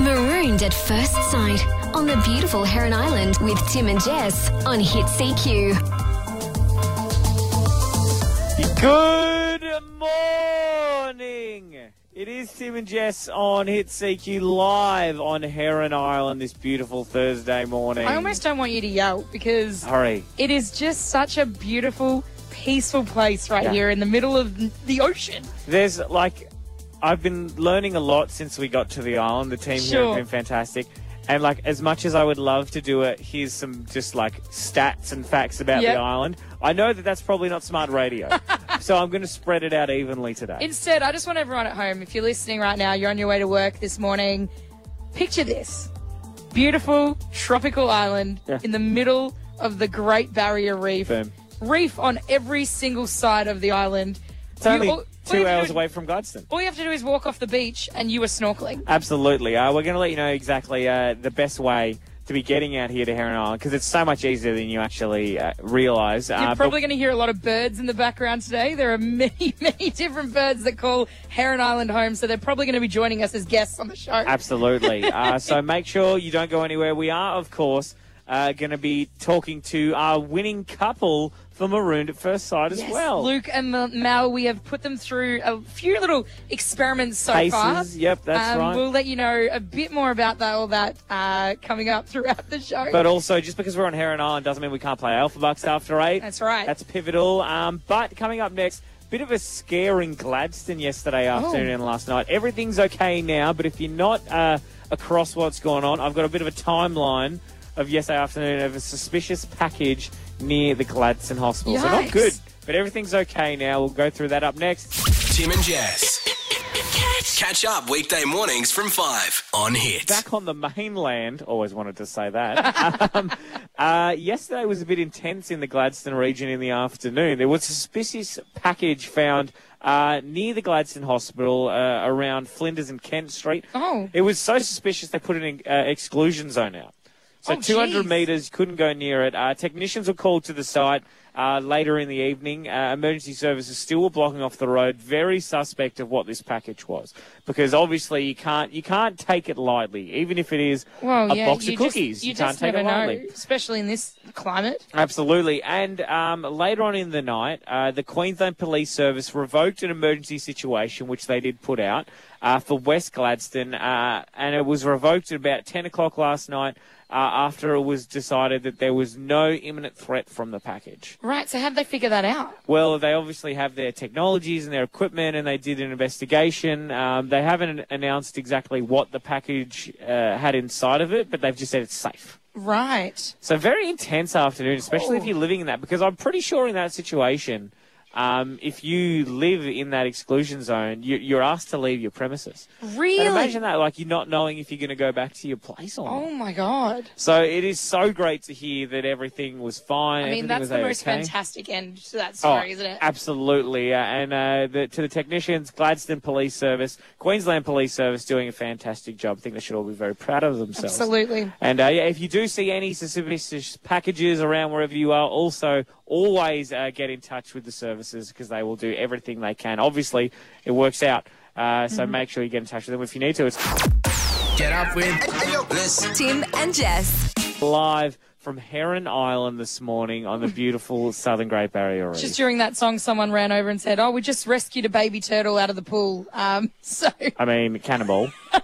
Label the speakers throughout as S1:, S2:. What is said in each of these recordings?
S1: Marooned at First Sight on the beautiful Heron Island with Tim and Jess on Hit CQ.
S2: Good morning. It is Tim and Jess on Hit CQ live on Heron Island this beautiful Thursday morning.
S3: I almost don't want you to yell because
S2: hurry.
S3: it is just such a beautiful, peaceful place right
S2: Yeah.
S3: here in the middle of the ocean.
S2: There's like I've been learning a lot since we got to the island. The team here
S3: Sure.
S2: have been fantastic. And like as much as I would love to do it, here's some just like stats and facts about
S3: Yep.
S2: the island. I know that that's probably not smart radio. so I'm going to spread it out evenly today.
S3: Instead, I just want everyone at home, if you're listening right now, you're on your way to work this morning, picture this beautiful tropical island
S2: Yeah.
S3: in the middle of the Great Barrier Reef.
S2: Boom. It's
S3: Reef on every single side of the island. You
S2: only
S3: all- all you
S2: two
S3: have to
S2: hours
S3: do-
S2: away from Godstone.
S3: All you have to do is walk off the beach and you are snorkeling.
S2: Absolutely. Uh, we're going to let you know exactly uh, the best way to be getting out here to Heron Island because it's so much easier than you actually uh, realise. Uh,
S3: You're
S2: but
S3: probably going to hear a lot of birds in the background today. There are many, many different birds that call Heron Island home, so they're probably going to be joining us as guests on the show.
S2: Absolutely. uh, so make sure you don't go anywhere. We are, of course, uh, going to be talking to our winning couple for Marooned at First Sight as
S3: Yes,
S2: well.
S3: Luke and Ma- Mal, we have put them through a few little experiments so far.
S2: Faces. Yep, that's
S3: um,
S2: right.
S3: We'll let you know a bit more about that, all that uh, coming up throughout the show.
S2: But uh, also, just because we're on Heron Island doesn't mean we can't play Alpha Bucks after eight.
S3: That's right.
S2: That's pivotal. Um, but coming up next, bit of a scare in Gladstone yesterday
S3: Oh.
S2: afternoon and last night. Everything's okay now, but if you're not uh, across what's going on, I've got a bit of a timeline of yesterday afternoon of a suspicious package near the Gladstone Hospital. So not
S3: Yikes.
S2: good, but everything's okay now. We'll go through that up next.
S4: Tim and Jess. Catch up weekday mornings from 5 on Hit.
S2: Back on the mainland, always wanted to say that. um, uh, yesterday was a bit intense in the Gladstone region in the afternoon. There was a suspicious package found uh, near the Gladstone Hospital uh, around Flinders and Kent Street.
S3: Oh.
S2: It was so suspicious they put an uh, exclusion zone out. So
S3: Oh,
S2: 200
S3: geez.
S2: metres, couldn't go near it. Uh, technicians were called to the site uh, later in the evening. Uh, emergency services still were blocking off the road. Very suspect of what this package was, because obviously you can't you can't take it lightly, even if it is
S3: well,
S2: a
S3: yeah,
S2: box
S3: you
S2: of
S3: just-
S2: cookies.
S3: you,
S2: can't
S3: just
S2: take
S3: never
S2: it lightly.
S3: know, especially in this climate.
S2: Absolutely. And um, later on in the night, uh, the Queensland Police Service revoked an emergency situation, which they did put out uh, for West Gladstone, uh, and it was revoked at about 10 o'clock last night uh, after it was decided that there was no imminent threat from the package.
S3: Right, so how did they figure that out?
S2: Well, they obviously have their technologies and their equipment, and they did an investigation. Um, they haven't announced exactly what the package uh, had inside of it, but they've just said it's safe.
S3: Right.
S2: So very intense afternoon, especially if you're living in that, because I'm pretty sure in that situation, um, if you live in that exclusion zone, you, you're asked to leave your premises.
S3: Really?
S2: And imagine that, like you're not knowing if you're going to go back to your place or
S3: Oh
S2: not.
S3: my god.
S2: So it is so great to hear that everything was fine.
S3: I mean,
S2: everything
S3: that's
S2: was
S3: the most
S2: okay.
S3: fantastic end to that
S2: Oh,
S3: story, isn't it?
S2: absolutely. Uh, and uh, the, to the technicians, Gladstone Police Service, Queensland Police Service doing a fantastic job. I think they should all be very proud of themselves.
S3: Absolutely.
S2: And uh, yeah, if you do see any suspicious packages around wherever you are, also always uh, get in touch with the services because they will do everything they can. Obviously, it works out. Uh,
S3: Mm-hmm.
S2: so make sure you get in touch with them if you need to. It's
S4: Get up with this.
S1: Tim and Jess.
S2: live from Heron Island this morning on the beautiful Southern Great Barrier Reef.
S3: Just during that song, someone ran over and said, "Oh, we just rescued a baby turtle out of the pool." Um, so,
S2: I mean, cannibal. uh,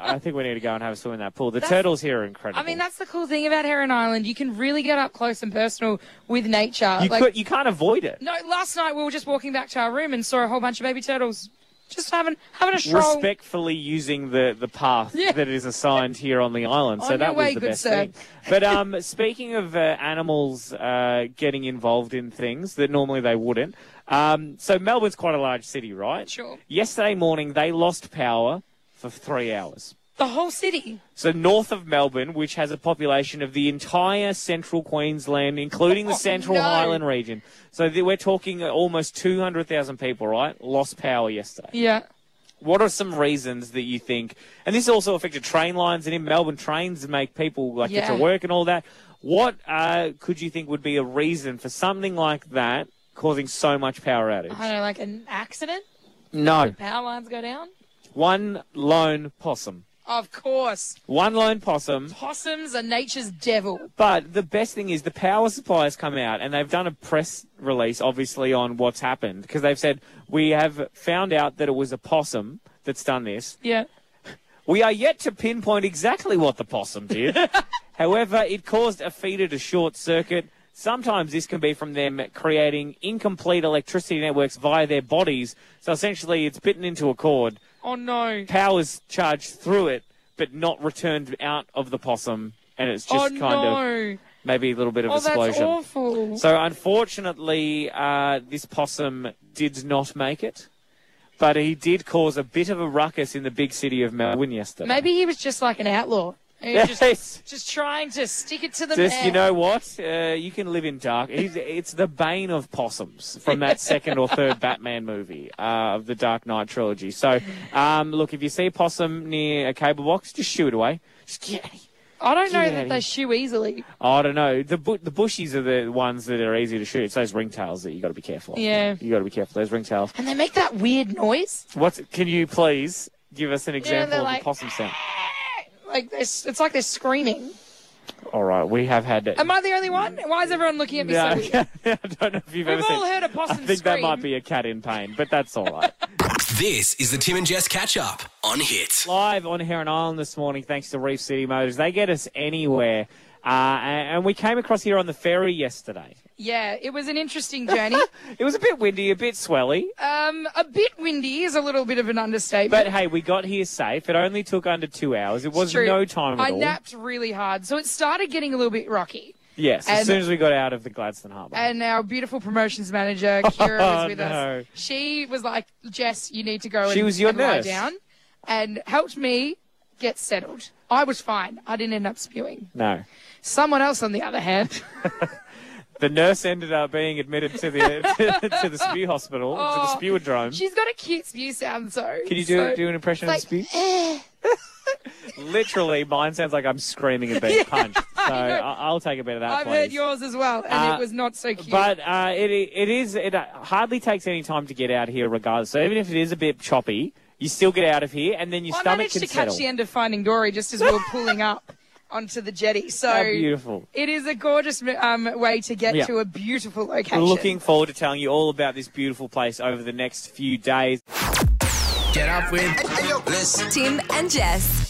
S2: I think we need to go and have a swim in that pool. The turtles here are incredible.
S3: I mean, that's the cool thing about Heron Island. You can really get up close and personal with nature.
S2: you
S3: like,
S2: could, you can't avoid it.
S3: no, last night we were just walking back to our room and saw a whole bunch of baby turtles just having having a stroll.
S2: respectfully using the, the path
S3: Yeah.
S2: that is assigned here on the island. So
S3: On
S2: that
S3: your
S2: was
S3: way,
S2: the
S3: good
S2: best
S3: sir.
S2: thing. But um, speaking of uh, animals uh, getting involved in things that normally they wouldn't, um, so Melbourne's quite a large city, right?
S3: Sure.
S2: Yesterday morning, they lost power for three hours.
S3: The whole city.
S2: So north of Melbourne, which has a population of the entire central Queensland, including the
S3: Oh,
S2: central
S3: no.
S2: Highland region. So th- we're talking almost 200,000 people, right? Lost power yesterday.
S3: Yeah.
S2: What are some reasons that you think? And this also affected train lines, and in Melbourne, trains make people like get
S3: Yeah.
S2: to work and all that. What uh, could you think would be a reason for something like that causing so much power outage?
S3: I don't know, like an accident.
S2: No,
S3: Power lines go down.
S2: one lone possum.
S3: Of course.
S2: One lone possum.
S3: Possums are nature's devil.
S2: But the best thing is the power supply has come out and they've done a press release, obviously, on what's happened because they've said, We have found out that it was a possum that's done this.
S3: Yeah.
S2: We are yet to pinpoint exactly what the possum did. However, it caused a feeder to short circuit. Sometimes this can be from them creating incomplete electricity networks via their bodies. So essentially, it's bitten into a cord.
S3: Oh no.
S2: Power's charged through it, but not returned out of the possum. And it's just
S3: oh
S2: kind of
S3: no.
S2: maybe a little bit of
S3: oh, that's
S2: explosion.
S3: awful.
S2: So unfortunately, uh, this possum did not make it, but he did cause a bit of a ruckus in the big city of Melbourne yesterday.
S3: Maybe he was just like an outlaw. He was just,
S2: Yes.
S3: just trying to stick it to the
S2: Just
S3: man.
S2: you know what? Uh, you can live in dark. He's, it's the bane of possums from that second or third Batman movie uh, of the Dark Knight trilogy. So, um, look, if you see a possum near a cable box, just shoo it away. Just get out of here.
S3: I don't know
S2: Yeah.
S3: that they shoe easily.
S2: I don't know. The bu- the bushies are the ones that are easy to shoot. It's those ringtails that you got to be careful. of.
S3: Yeah.
S2: you got to be careful. Those ringtails.
S3: And they make that weird noise.
S2: What can you please give us an example
S3: they're
S2: of
S3: like-
S2: a possum sound?
S3: Like they're s- it's like they're screaming.
S2: All right, we have had that.
S3: Am I the only one? Why is everyone looking at me
S2: Yeah,
S3: so weird?
S2: I don't know if you've ever
S3: We've all
S2: seen.
S3: heard a
S2: I
S3: possum
S2: think that
S3: scream.
S2: might be a cat in pain, but that's all right.
S4: This is the Tim and Jess catch up on Hit.
S2: Live on Heron Island this morning, thanks to Reef City Motors. They get us anywhere. Uh, and and we came across here on the ferry yesterday.
S3: Yeah, it was an interesting journey.
S2: It was a bit windy, a bit swelly,
S3: um, a bit windy is a little bit of an
S2: but
S3: understatement.
S2: hey, we got here safe. It only took under two hours. It was
S3: It's true.
S2: no time at
S3: I
S2: all.
S3: napped really hard, so it started getting a little bit rocky.
S2: yes, as
S3: and-
S2: soon as we got out of the Gladstone Harbour.
S3: And our beautiful promotions manager, Kira,
S2: Oh,
S3: was with
S2: no.
S3: us. She was like, Jess, you need to go
S2: She
S3: and,
S2: was your
S3: and lie
S2: nurse.
S3: down and helped me get settled. I was fine. I didn't end up spewing.
S2: no.
S3: Someone else, on the other hand,
S2: The nurse ended up being admitted to the to the spew hospital, to the
S3: Oh,
S2: spewodrome.
S3: she's got a cute spew sound, so.
S2: Can you do
S3: so,
S2: do an impression
S3: like,
S2: of the spew? Literally, mine sounds like I'm screaming and being punched. So I- I'll take a bit of that.
S3: I've
S2: please.
S3: heard yours as well, and
S2: Uh,
S3: it was not so cute.
S2: But uh, it it is it uh, hardly takes any time to get out here, regardless. So even if it is a bit choppy, you still get out of here, and then your
S3: I
S2: stomach
S3: managed
S2: can
S3: to
S2: settle.
S3: catch the end of Finding Dory just as we were pulling up onto the jetty. So
S2: How beautiful.
S3: it is a gorgeous um, way to get
S2: Yeah.
S3: to a beautiful location.
S2: We're looking forward to telling you all about this beautiful place over the next few days.
S5: Get up with
S4: This
S6: Tim and Jess.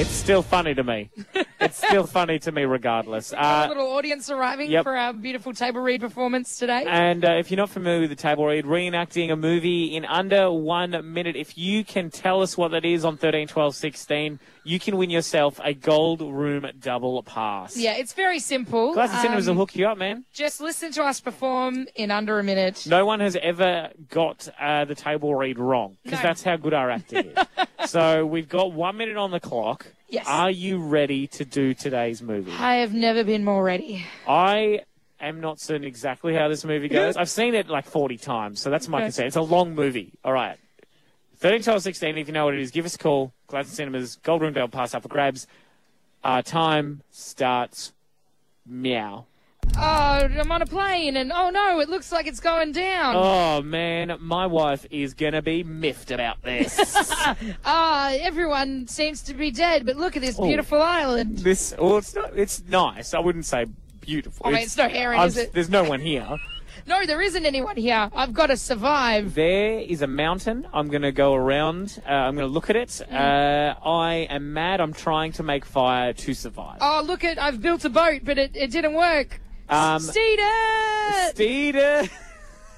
S2: It's still funny to me. it's still funny to me, regardless.
S3: Got
S2: Uh,
S3: a little audience arriving
S2: yep.
S3: for our beautiful table read performance today.
S2: And uh, if you're not familiar with the table read, reenacting a movie in under one minute. If you can tell us what that is on 13, 12, 16, you can win yourself a gold room double pass.
S3: yeah, it's very simple.
S2: Glass and Cinemas
S3: Um,
S2: will hook you up, man.
S3: Just listen to us perform in under a minute.
S2: No one has ever got uh, the table read wrong because
S3: No.
S2: that's how good our acting is. so we've got one minute on the clock.
S3: Yes.
S2: Are you ready to do today's movie?
S3: I have never been more ready.
S2: I am not certain exactly how this movie goes. I've seen it like 40 times, so that's my
S3: Okay.
S2: concern. It's a long movie. All right. 13, 12, 16, if you know what it is, give us a call. Gladstone Cinemas, Gold Room Bell, pass up for grabs. Uh, time starts meow.
S3: Oh, I'm on a plane, and oh no, it looks like it's going down.
S2: Oh, man, my wife is going to be miffed about this.
S3: Ah, everyone seems to be dead, but look at this
S2: Oh.
S3: beautiful island.
S2: this, well, it's, not, it's nice. I wouldn't say beautiful.
S3: I mean, it's not Aaron,
S2: I'm-
S3: is it?
S2: There's no one here.
S3: No, there isn't anyone here. I've got to survive.
S2: There is a mountain. I'm going to go around. Uh, I'm going to look at it.
S3: Mm.
S2: Uh, I am mad. I'm trying to make fire to survive.
S3: Oh, look at I've built a boat, but it, it didn't work.
S2: Um,
S3: Steedon!
S2: Steeden!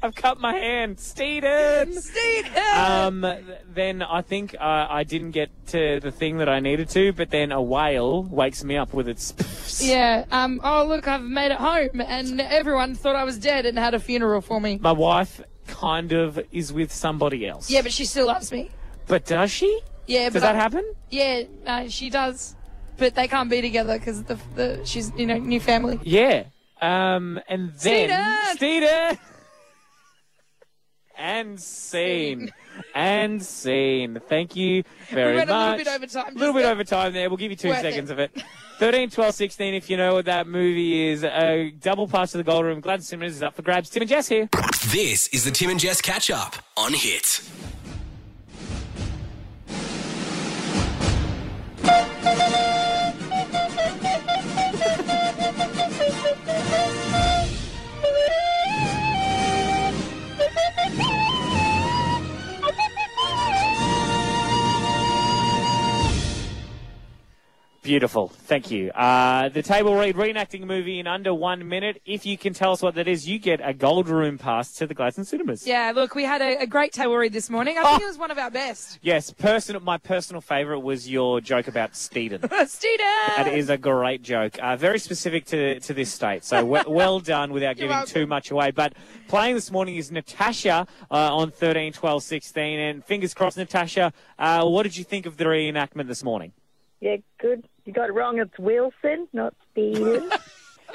S2: I've cut my hand. Steeden!
S3: Steedon!
S2: Um, th- then I think uh, I didn't get to the thing that I needed to, but then a whale wakes me up with its.
S3: Yeah. Um. Oh, look, I've made it home, and everyone thought I was dead and had a funeral for me.
S2: My wife kind of is with somebody else.
S3: Yeah, but she still loves me.
S2: But does she?
S3: Yeah.
S2: Does
S3: but
S2: that
S3: I-
S2: happen?
S3: Yeah, uh, she does. But they can't be together because the, the she's you know new family.
S2: Yeah. Um, and then
S3: Steeden!
S2: Steeden! and scene. and scene. Thank you very
S3: We went a
S2: much.
S3: little bit over time.
S2: A little bit
S3: just
S2: over time there. We'll give you two
S3: Worth it.
S2: seconds of it. 13, 12, 16, if you know what that movie is. A double pass to the Gold Room. Glad Simmons is up for grabs. Tim and Jess here.
S4: This is the Tim and Jess catch up on Hit.
S2: Beautiful. Thank you. Uh, the table read reenacting a movie in under one minute. If you can tell us what that is, you get a Gold Room pass to the Gladstone Cinemas.
S3: Yeah, look, we had a, a great table read this morning.
S2: Oh.
S3: I think it was one of our best.
S2: Yes, personal, my personal favourite was your joke about Steedon.
S3: Steeder!
S2: That is a great joke. Uh, very specific to, to this state. So we- well done without
S3: You're
S2: giving
S3: welcome.
S2: too much away. But playing this morning is Natasha uh, on 13, 12, 16. And fingers crossed, Natasha, uh, what did you think of the reenactment this morning?
S6: Yeah, good. You got it wrong. It's Wilson, not Steven.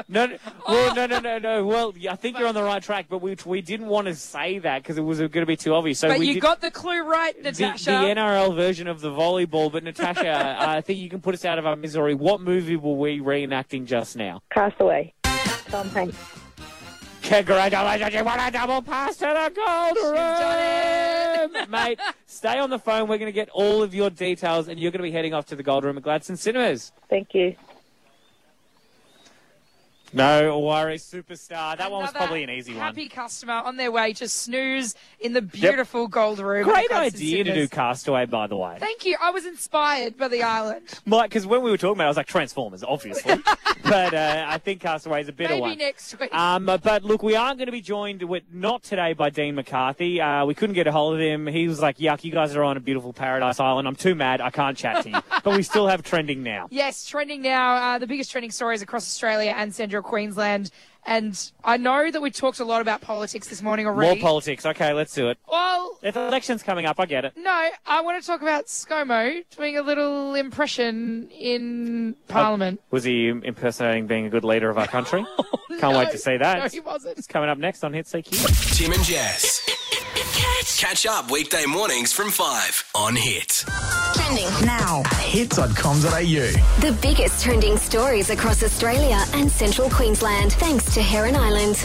S2: No, no, well, no, no, no, no. Well, I think you're on the right track, but we, we didn't want to say that because it was going to be too obvious. So
S3: but
S2: we
S3: you
S2: did-
S3: got the clue right,
S2: the,
S3: Natasha.
S2: the NRL version of the volleyball. But Natasha, uh, I think you can put us out of our misery. What movie were we reenacting just now?
S6: Castaway. Tom Hanks.
S2: Congratulations, you won a double pass to the gold room! Mate, stay on the phone. We're going to get all of your details and you're going to be heading off to the gold room at Gladstone Cinemas.
S6: Thank you.
S2: No worries, superstar. That one was
S3: Another
S2: probably an easy one.
S3: Happy customer on their way to snooze in the beautiful gold room. at
S2: Great
S3: the Gladstone
S2: idea to do
S3: Cinemas.
S2: Castaway, by the way.
S3: Thank you. I was inspired by the island.
S2: Like, because when we were talking about it, I was like, Transformers, obviously. but uh, I think Castaway is a better
S3: Maybe
S2: one.
S3: next week.
S2: Um, but look, we are going to be joined with not today by Dean McCarthy. Uh, we couldn't get a hold of him. He was like, "Yuck, you guys are on a beautiful paradise island. I'm too mad. I can't chat to you." but we still have trending now.
S3: Yes, trending now. Uh, the biggest trending stories across Australia and central Queensland. And I know that we talked a lot about politics this morning
S2: More
S3: already.
S2: politics. Okay, let's do it.
S3: well,
S2: If the election's coming up, I get it.
S3: no, I want to talk about ScoMo doing a little impression in Parliament.
S2: Was he impersonating being a good leader of our country? Can't wait to see
S3: Oh, No,
S2: that.
S3: he wasn't.
S2: It's coming up next on Hit CQ.
S4: Tim and Jess. Catch up weekday mornings from 5 on Hit.
S1: Trending.
S5: Now, hits.com.au.
S1: The biggest trending stories across Australia and central Queensland, thanks to Heron Island.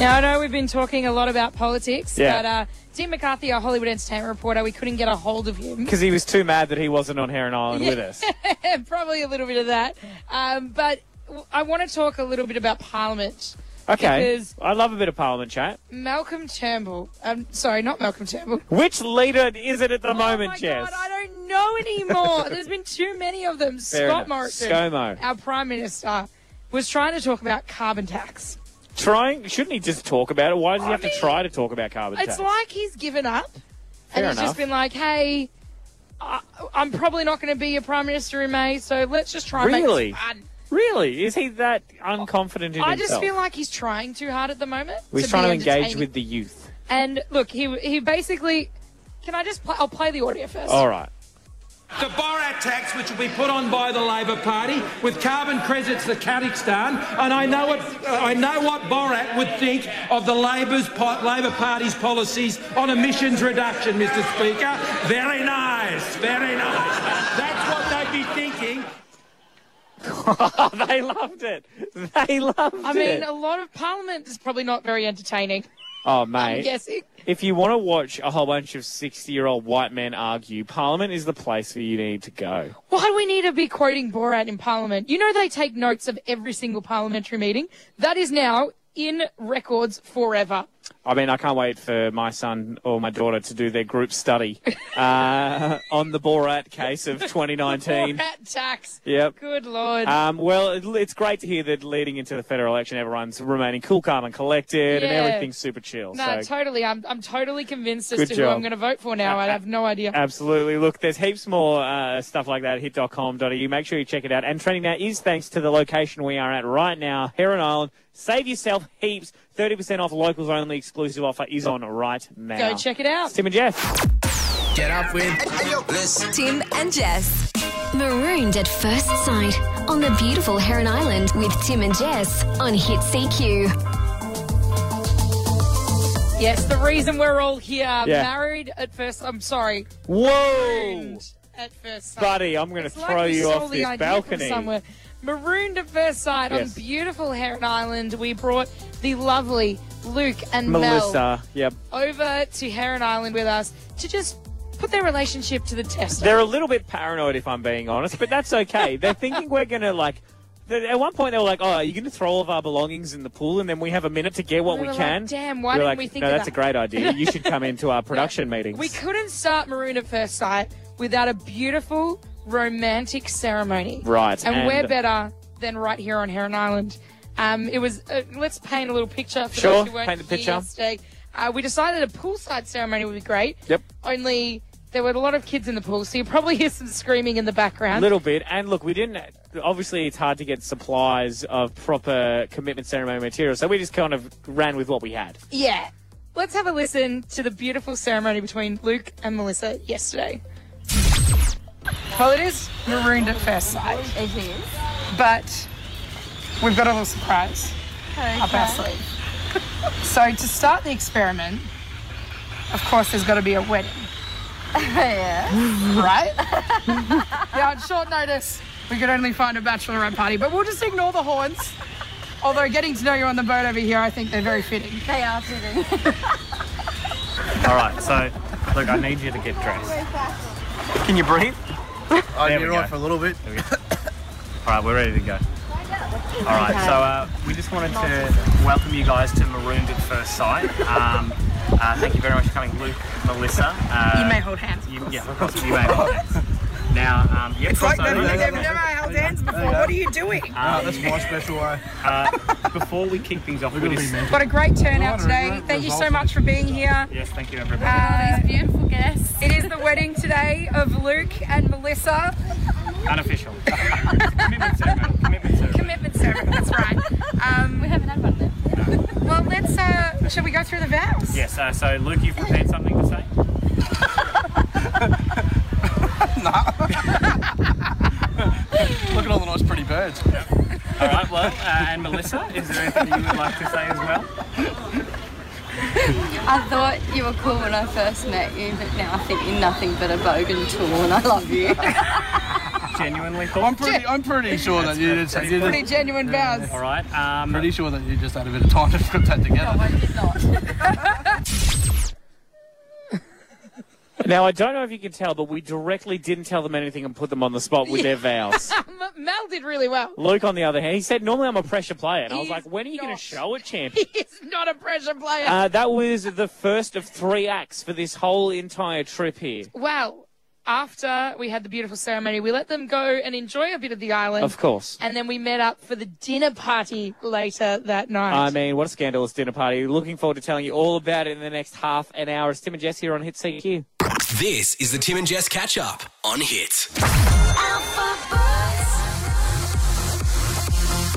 S3: Now, I know we've been talking a lot about politics,
S2: Yeah.
S3: but uh, Tim McCarthy, our Hollywood entertainment reporter, we couldn't get a hold of him.
S2: Because he was too mad that he wasn't on Heron Island with us.
S3: Probably a little bit of that. Um, but w- I want to talk a little bit about Parliament.
S2: Okay.
S3: Because-
S2: I love a bit of Parliament chat.
S3: Malcolm Turnbull. Um, sorry, not Malcolm Turnbull.
S2: Which leader is it at the
S3: oh
S2: moment,
S3: my
S2: Jess?
S3: God, I don't know anymore. There's been too many of them.
S2: Fair
S3: Scott
S2: enough.
S3: Morrison,
S2: ScoMo.
S3: our Prime Minister, was trying to talk about carbon tax.
S2: trying shouldn't he just talk about it why does he have to
S3: mean,
S2: try to talk about carbon
S3: It's
S2: tax
S3: like he's given up
S2: Fair
S3: and he's
S2: enough.
S3: just been like, hey, I, I'm probably not going to be your Prime Minister in May, so let's just try and
S2: Really?
S3: make this fun.
S2: really is he that unconfident in
S3: I
S2: himself
S3: just feel like he's trying too hard at the moment.
S2: he's
S3: to
S2: trying to
S3: be
S2: engage
S3: entertaining.
S2: with the youth
S3: And look, he he basically. Can I just play? I'll play the audio first.
S2: all right
S7: The Borat tax, which will be put on by the Labor Party, with carbon credits to Kazakhstan, and I know what I know what Borat would think of the Labor's po- Labor Party's policies on emissions reduction, Mr. Speaker. Very nice, very nice. That's what they'd be thinking.
S2: oh they loved it they loved
S3: I mean, uh,
S2: it
S3: a lot of Parliament is probably not very entertaining.
S2: oh
S3: I'm
S2: mate
S3: guessing.
S2: if you want to watch a whole bunch of 60 year old white men argue parliament is the place where you need to go
S3: Why do we need to be quoting Borat in Parliament? You know they take notes of every single parliamentary meeting. That is now in records forever.
S2: I mean, I can't wait for my son or my daughter to do their group study uh, on the Borat case of 2019.
S3: Borat tax.
S2: Yep.
S3: Good lord.
S2: Um, well, it, it's great to hear that leading into the federal election, everyone's remaining cool, calm, and collected, and
S3: Yeah.
S2: everything's super chill.
S3: no,
S2: so,
S3: totally. I'm I'm totally convinced as
S2: Good
S3: to who
S2: job. Ah,
S3: I'm going to vote for now. I have no idea.
S2: absolutely. Look, there's heaps more uh, stuff like that at hit.com.au. Make sure you check it out. And trending now is thanks to the location we are at right now, Heron Island. Save yourself heaps. 30% off locals only exclusive offer is on right now.
S3: Go check it out.
S2: It's Tim and Jeff.
S5: Get up with
S8: Tim and Jess.
S1: Marooned at first sight on the beautiful Heron Island with Tim and Jess on Hit CQ.
S3: Yes, the reason we're all here.
S2: Yeah.
S3: Married at first. I'm sorry.
S2: Whoa,
S3: Marooned at first. Sight.
S2: buddy, I'm going to
S3: It's
S2: throw
S3: like we
S2: you
S3: stole
S2: off
S3: the
S2: this
S3: idea From
S2: balcony.
S3: somewhere. Marooned at first sight
S2: Yes.
S3: on beautiful Heron Island. We brought the lovely Luke and Mel
S2: Melissa, yep.
S3: over to Heron Island with us to just put their relationship to the test.
S2: They're a little bit paranoid, if I'm being honest, but that's okay. They're thinking we're going to, like, they- at one point they were like, oh, are you going to throw all of our belongings in the pool and then we have a minute to get what
S3: We
S2: we,
S3: were like,
S2: can?
S3: "Damn, why
S2: We were
S3: didn't
S2: like,
S3: we think
S2: No,
S3: of
S2: that's
S3: that?"
S2: a great idea. You should come into our production meetings.
S3: we couldn't start Maroon at first sight without a beautiful romantic ceremony.
S2: Right,
S3: And,
S2: and-
S3: we're better than right here on Heron Island. Um, it was. Uh, let's paint a little picture for
S2: Sure,
S3: those who weren't
S2: paint the
S3: here
S2: picture.
S3: yesterday. Uh, we decided a poolside ceremony would be great.
S2: Yep.
S3: Only there were a lot of kids in the pool, so you probably hear some screaming in the
S2: A
S3: background.
S2: little bit. And look, we didn't. Obviously, it's hard to get supplies of proper commitment ceremony material, so we just kind of ran with what we had.
S3: Yeah. Let's have a listen to the beautiful ceremony between Luke and Melissa yesterday. Well, it is marooned at first sight. It is. But we've got a little surprise up our sleeve. so, to start the experiment, of course, there's got to be a wedding. yeah. Right? yeah, on short notice, we could only find a bachelorette party, but we'll just ignore the horns. Although, getting to know you on the boat over here, I think they're very fitting.
S9: All right, so look, I need you to get dressed. Can you breathe? I there we go.
S5: a little bit.
S9: There we go. All right, we're ready to go. All right, so uh, we just wanted to welcome you guys to Marooned at First Sight. Um, uh, thank you very much for coming, Luke, Melissa. Uh,
S3: You may hold hands.
S9: You, yeah, of course, you may. hold hands. Now, um, yeah, uh, it's like
S3: held hands before. What are you doing?
S5: Ah, that's my special way.
S9: uh, Before we kick things off, we just,
S3: What a great turnout
S5: Right, right,
S3: today.
S5: right,
S3: Thank you so
S5: results.
S3: much for being here.
S9: yes, thank you, everybody.
S3: Uh,
S10: Beautiful guests.
S3: it is the wedding today of Luke and Melissa.
S9: Unofficial. commitment ceremony. Commitment ceremony.
S3: Commitment ceremony, that's right. Um,
S10: We haven't had one then.
S3: well, let's, uh, shall we go through the vows?
S9: Yes, uh, so Luke, you've prepared something to say?
S5: Look at all the nice pretty birds.
S9: All right, well, uh, and Melissa, is there anything you would like to say as well?
S10: I thought you were cool when I first met you, but now I think you're nothing but a bogan tool and I love you.
S9: Genuinely
S5: I'm
S9: thought.
S5: pretty, I'm pretty sure that you did. say- you
S3: Pretty
S5: did
S3: genuine vows.
S9: All right, um,
S5: pretty sure that you just had a bit of time to put that together.
S2: Now, I don't know if you can tell, but we directly didn't tell them anything and put them on the spot with their vows.
S3: M- Mel did really well.
S2: Luke, on the other hand, he said, normally I'm a pressure player. And I was
S3: He's
S2: like, when are you going
S3: not.
S2: to show it, champ?
S3: He's not a pressure player.
S2: Uh, that was the first of three acts for this whole entire trip here.
S3: well, after we had the beautiful ceremony, we let them go and enjoy a bit of the island.
S2: Of course.
S3: And then we met up for the dinner party later that night.
S2: I mean, what a scandalous dinner party. Looking forward to telling you all about it in the next half an hour. It's Tim and Jess here on Hit CQ.
S4: This is the Tim and Jess catch up on Hit.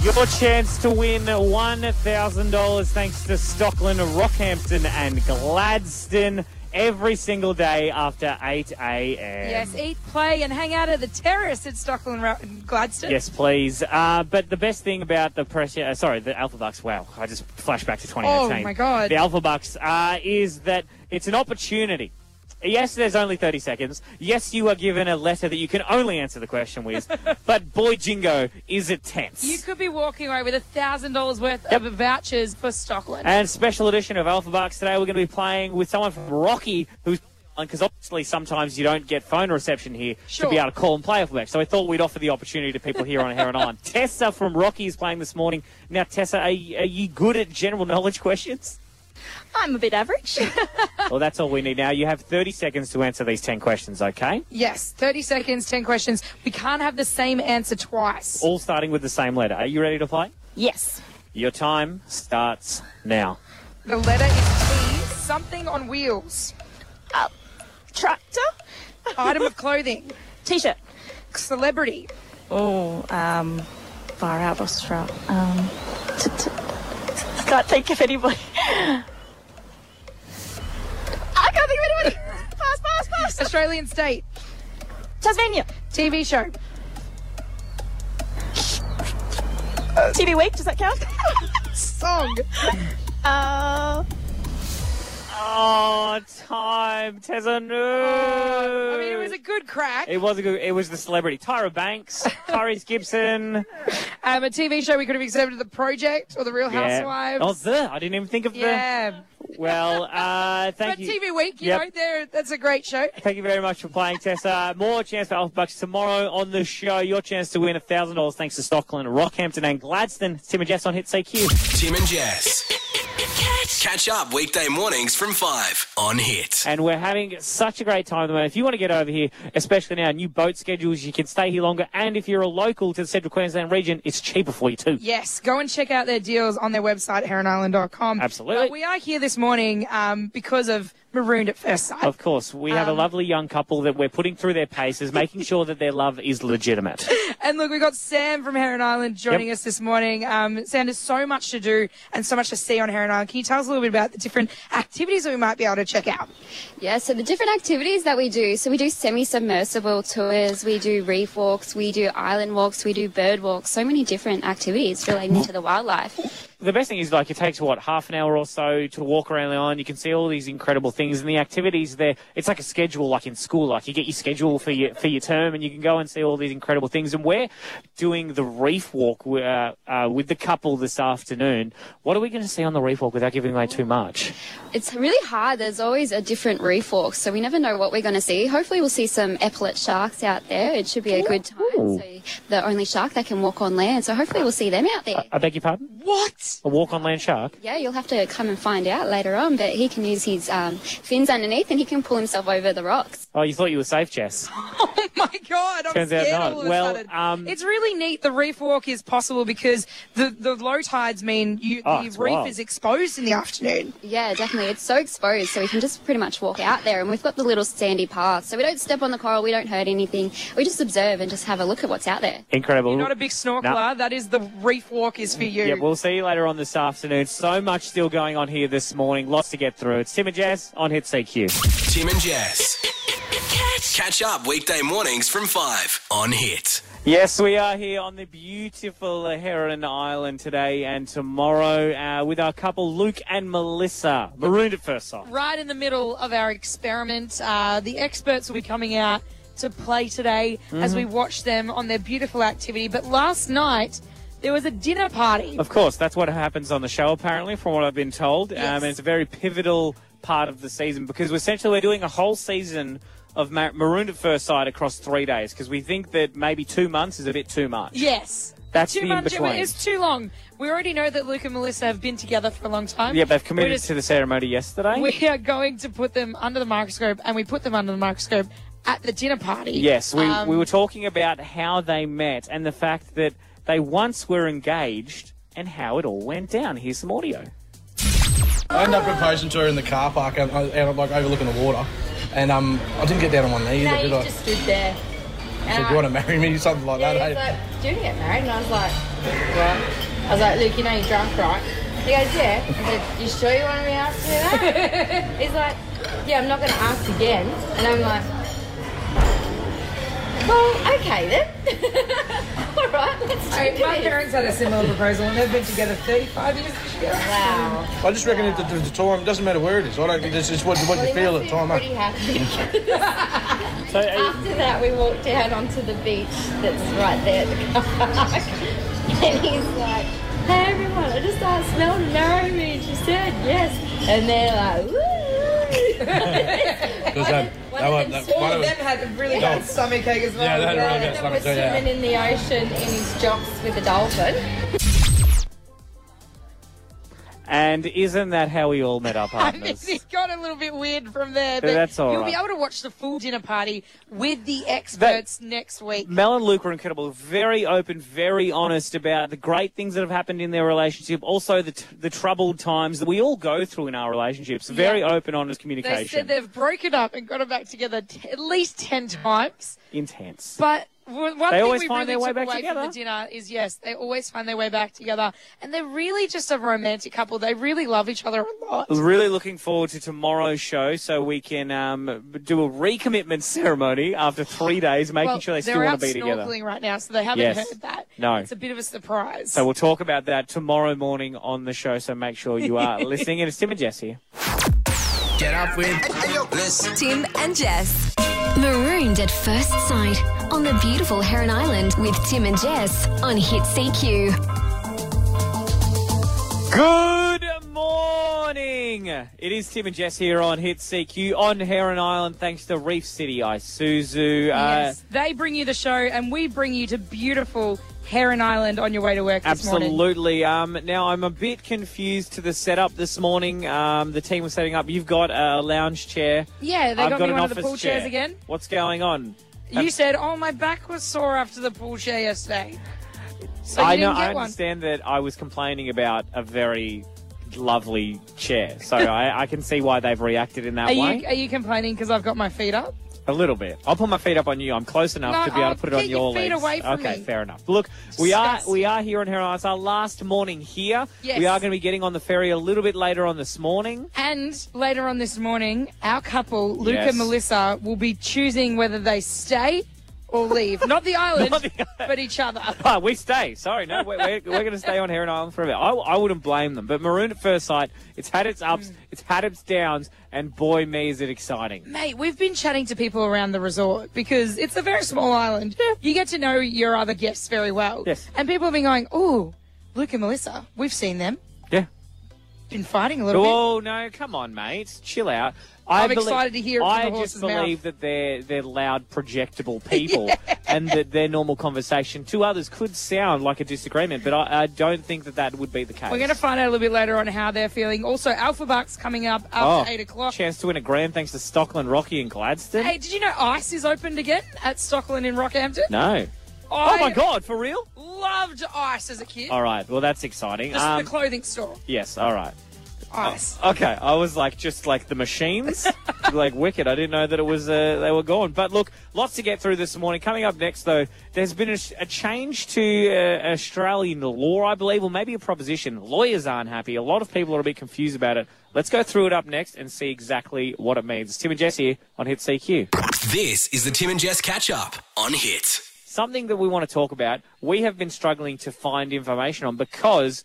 S2: Your chance to win $1,000 thanks to Stockland, Rockhampton, and Gladstone every single day after 8 a.m.
S3: Yes, eat, play, and hang out at the terrace at Stockland Ro- Gladstone.
S2: Yes, please. Uh, but the best thing about the pressure, uh, sorry, the Alpha Bucks, wow, I just flashed back to 2018.
S3: Oh, my God.
S2: The Alpha Bucks uh, is that it's an opportunity. Yes, there's only 30 seconds. Yes, you are given a letter that you can only answer the question with. but boy, jingo, is it tense.
S3: You could be walking away with a thousand dollars worth of vouchers for Stockland.
S2: And special edition of Alpha Bucks today, we're going to be playing with someone from Rocky who's because obviously sometimes you don't get phone reception here
S3: Sure.
S2: to be able to call and play Alpha Bucks. So I thought we'd offer the opportunity to people here on Heron Island. Tessa from Rocky is playing this morning. Now, Tessa, are you, are you good at general knowledge questions?
S10: I'm a bit average.
S2: well, that's all we need now. You have 30 seconds to answer these 10 questions, okay?
S3: yes, thirty seconds, ten questions. We can't have the same answer twice.
S2: All starting with the same letter. Are you ready to play?
S10: yes.
S2: Your time starts now.
S3: The letter is T. Something on wheels.
S10: Tractor?
S3: Item of clothing.
S10: T shirt.
S3: Celebrity.
S10: Oh, um, far out Australia. Um, t- t- can't think of anybody. I can't think of anybody. Pass, pass, pass.
S3: Australian state.
S10: Tasmania.
S3: TV show.
S10: TV week, does that count?
S3: Song.
S10: Uh,
S2: Oh, time, Tessa, no.
S3: Oh, I mean, it was a good crack.
S2: It was a good. It was the celebrity Tyra Banks, Tyrese Gibson.
S3: Um, a TV show we could have accepted the project or the Real Housewives.
S2: Oh, the. I didn't even think of
S3: yeah.
S2: the. Well, uh,
S3: But
S2: thank you.
S3: TV Week, you
S2: Yep.
S3: know, there that's a great show.
S2: Thank you very much for playing, Tessa. More chance for Alpha Bucks tomorrow on the show. Your chance to win $1,000 thanks to Stockland, Rockhampton, and Gladstone. Tim and Jess on Hit CQ.
S4: Tim and Jess. Catch up weekday mornings from 5 on Hit.
S2: And we're having such a great time at the moment. If you want to get over here, especially now, new boat schedules, you can stay here longer. And if you're a local to the Central Queensland region, it's cheaper for you too.
S3: Yes, go and check out their deals on their website, heronisland.com.
S2: Absolutely.
S3: But we are here this morning um, because of Marooned at First Sight.
S2: Of course, we have
S3: Um,
S2: a lovely young couple that we're putting through their paces, making sure that their love is legitimate.
S3: And look, we got Sam from Heron Island joining us this morning. Um, Sam, there's so much to do and so much to see on Heron Island. Can you tell us a little bit about the different activities that we might be able to check out?
S11: Yeah, so the different activities that we do. So we do semi-submersible tours, we do reef walks, we do island walks, we do bird walks. So many different activities relating to the wildlife.
S2: The best thing is like it takes what half an hour or so to walk around the island. You can see all these incredible things and the activities there. It's like a schedule, like in school. Like you get your schedule for your for your term, and you can go and see all these incredible things. And we're doing the reef walk uh, uh, with the couple this afternoon. What are we going to see on the reef walk without giving away too much?
S11: It's really hard. There's always a different reef walk, so we never know what we're going to see. Hopefully we'll see some epaulet sharks out there. It should be a good time.
S2: Ooh.
S11: So the only shark that can walk on land. So hopefully we'll see them out there.
S2: I beg your pardon.
S3: What?
S2: A walk on land shark.
S11: Yeah, you'll have to come and find out later on, but he can use his um, fins underneath and he can pull himself over the rocks.
S2: Oh, you thought you were safe, Jess.
S3: my god, I'm
S2: Turns out
S3: scared
S2: not.
S3: all of a
S2: Well, um,
S3: sudden. it's really neat. The reef walk is possible because the, the low tides mean you,
S11: Oh,
S3: the
S11: it's
S3: reef
S11: wild.
S3: is exposed in the afternoon.
S11: Yeah, definitely. It's so exposed, so we can just pretty much walk out there. And we've got the little sandy path, so we don't step on the coral, we don't hurt anything. We just observe and just have a look at what's out there.
S2: Incredible.
S3: You're not a big snorkeler. That is the reef walk is for you.
S2: Yeah, we'll see you later on this afternoon. So much still going on here this morning. Lots to get through. It's Tim and Jess on Hit CQ.
S4: Tim and Jess. Catch up weekday mornings from 5 on Hit.
S2: Yes, we are here on the beautiful Heron Island today and tomorrow uh, with our couple Luke and Melissa, marooned at first sight.
S3: right in the middle of our experiment. Uh, the experts will be coming out to play today as
S2: Mhm.
S3: we watch them on their beautiful activity. But last night, there was a dinner party.
S2: Of course, that's what happens on the show, apparently, from what I've been told. Um,
S3: Yes.
S2: and it's a very pivotal part of the season because we're essentially we're doing a whole season of Mar- Marooned at First Sight across three days because we think that maybe two months is a bit too much.
S3: Yes.
S2: That's
S3: too
S2: the
S3: much.
S2: in-between.
S3: It's too long. We already know that Luke and Melissa have been together for a long time.
S2: Yeah, they've
S3: We're
S2: committed
S3: just-
S2: to the ceremony yesterday.
S3: We are going to put them under the microscope, and we put them under the microscope at the dinner party.
S2: Yes, we,
S3: Um,
S2: we were talking about how they met and the fact that they once were engaged and how it all went down. Here's some audio.
S5: I ended up proposing to her in the car park out, out, out like overlooking the water, and um, I didn't get down on one knee either, did I? She
S11: stood there.
S5: said, "You want to marry me?" Something like that. eh?
S11: like, do you get married? And I was like, what? I was like, Luke, you know you're drunk, right? He goes, yeah. I said, you sure you want to be asked to do that? He's like, yeah, I'm not going to ask again. And I'm like, well, okay then. All right, let's do it.
S3: my parents had a similar proposal, and they've been together 35 years this year. Wow.
S5: I just reckon at the, the time it doesn't matter where it is. I don't. It's just what, what you feel at the time. eh?
S2: So,
S11: After that, we walked out onto the beach that's right there at the car park. And he's like, hey everyone, I just asked Mel to marry me. And she said yes. And they're like, woo!
S5: Because um, that one, that one of them-
S3: had a really
S5: No.
S3: bad stomach ache as well.
S5: Yeah, they had a really bad
S11: That was
S5: stomach ache, yeah.
S11: swimming in the ocean in his jocks with a dolphin.
S2: And isn't that how we all met our
S3: I mean,
S2: partners?
S3: it got a little bit weird from there, but
S2: That's all
S3: you'll be
S2: right.
S3: able to watch the full dinner party with the experts next week.
S2: Mel and Luke were incredible, very open, very honest about the great things that have happened in their relationship, also the, t- the troubled times that we all go through in our relationships. Very open, honest
S3: They said
S2: communication.
S3: they've broken up and got it back together t- at least 10 times,
S2: Intense.
S3: but w- one
S2: They
S3: thing
S2: always
S3: we
S2: find
S3: really
S2: their way
S3: took
S2: back
S3: away
S2: together.
S3: from the dinner is yes, they always find their way back together, and they're really just a romantic couple. They really love each other a lot.
S2: Really looking forward to tomorrow's show so we can um, do a recommitment ceremony after three days, making
S3: well,
S2: sure they still
S3: they're
S2: want
S3: out
S2: to be together.
S3: snorkeling right now, so they haven't
S2: Yes.
S3: heard that.
S2: No.
S3: It's a bit of a surprise.
S2: So we'll talk about that tomorrow morning on the show, so make sure you are listening. And it's Tim and Jess here.
S4: get up with.
S8: Tim and Jess.
S1: Marooned at First Sight on the beautiful Heron Island with Tim and Jess on Hit CQ.
S2: Good morning. It is Tim and Jess here on Hit CQ on Heron Island, thanks to Reef City Isuzu. Uh,
S3: Yes, they bring you the show, and we bring you to beautiful Heron Island on your way to work. This Morning.
S2: Absolutely. Um, now I'm a bit confused to the setup this morning. Um, the team was setting up. You've got a lounge chair.
S3: Yeah, they
S2: I've
S3: got,
S2: got
S3: me
S2: an
S3: one of the
S2: office
S3: pool chairs
S2: chair.
S3: again.
S2: What's going on?
S3: You said, "Oh, my back was sore after the pool chair yesterday." So you
S2: I know.
S3: didn't get
S2: I
S3: one.
S2: understand that I was complaining about a very lovely chair, so I, I can see why they've reacted in that
S3: Are
S2: way.
S3: you are you complaining because I've got my feet up?
S2: A little bit. I'll put my feet up on you. I'm close enough
S3: No,
S2: to be able
S3: I'll
S2: to put it on
S3: get
S2: your
S3: your feet
S2: legs.
S3: away from
S2: okay,
S3: me.
S2: fair enough. Look, we are we are here on Heron Island. It's our last morning here.
S3: Yes.
S2: We are going to be getting on the ferry a little bit later on this morning.
S3: And later on this morning, our couple, Luke
S2: Yes.
S3: and Melissa, will be choosing whether they stay or leave. Not the island, but each other.
S2: Ah, we stay. Sorry, no, we're, we're, we're going to stay on Heron Island for a bit. I, I wouldn't blame them. But Maroon at First Sight, it's had its ups,
S3: Mm.
S2: it's had its downs, and boy, me, is it exciting.
S3: Mate, we've been chatting to people around the resort because it's a very small island. You get to know your other guests very well.
S2: Yes.
S3: And people have been going, oh, Luke and Melissa, we've seen them.
S2: Yeah.
S3: Been fighting a little bit.
S2: Oh no, come on, mate, chill out.
S3: I'm excited to hear it from
S2: I
S3: the
S2: just
S3: horse's mouth.
S2: believe that they're they're loud, projectable people, and that their normal conversation to others could sound like a disagreement, but I, I don't think that that would be the case.
S3: We're going to find out a little bit later on how they're feeling. Also, Alpha Bucks coming up after 8 o'clock.
S2: Oh, Chance to win a grand thanks to Stockland, Rocky, and Gladstone.
S3: Hey, did you know Ice is opened again at Stockland in Rockhampton?
S2: no.
S3: I
S2: oh my God, for real?
S3: Loved Ice as a kid.
S2: All right, well that's exciting.
S3: This
S2: Um, oh.
S3: is the clothing store.
S2: yes, all right.
S3: Ice.
S2: Okay, I was like, just like the machines, like wicked. I didn't know that it was uh, they were gone. But look, lots to get through this morning. Coming up next, though, there's been a, sh- a change to uh, Australian law, I believe, or maybe a proposition. Lawyers aren't happy. A lot of people are a bit confused about it. Let's go through it up next and see exactly what it means. Tim and Jess here on Hit CQ.
S4: This is the Tim and Jess catch up on Hit.
S2: Something that we want to talk about. We have been struggling to find information on because.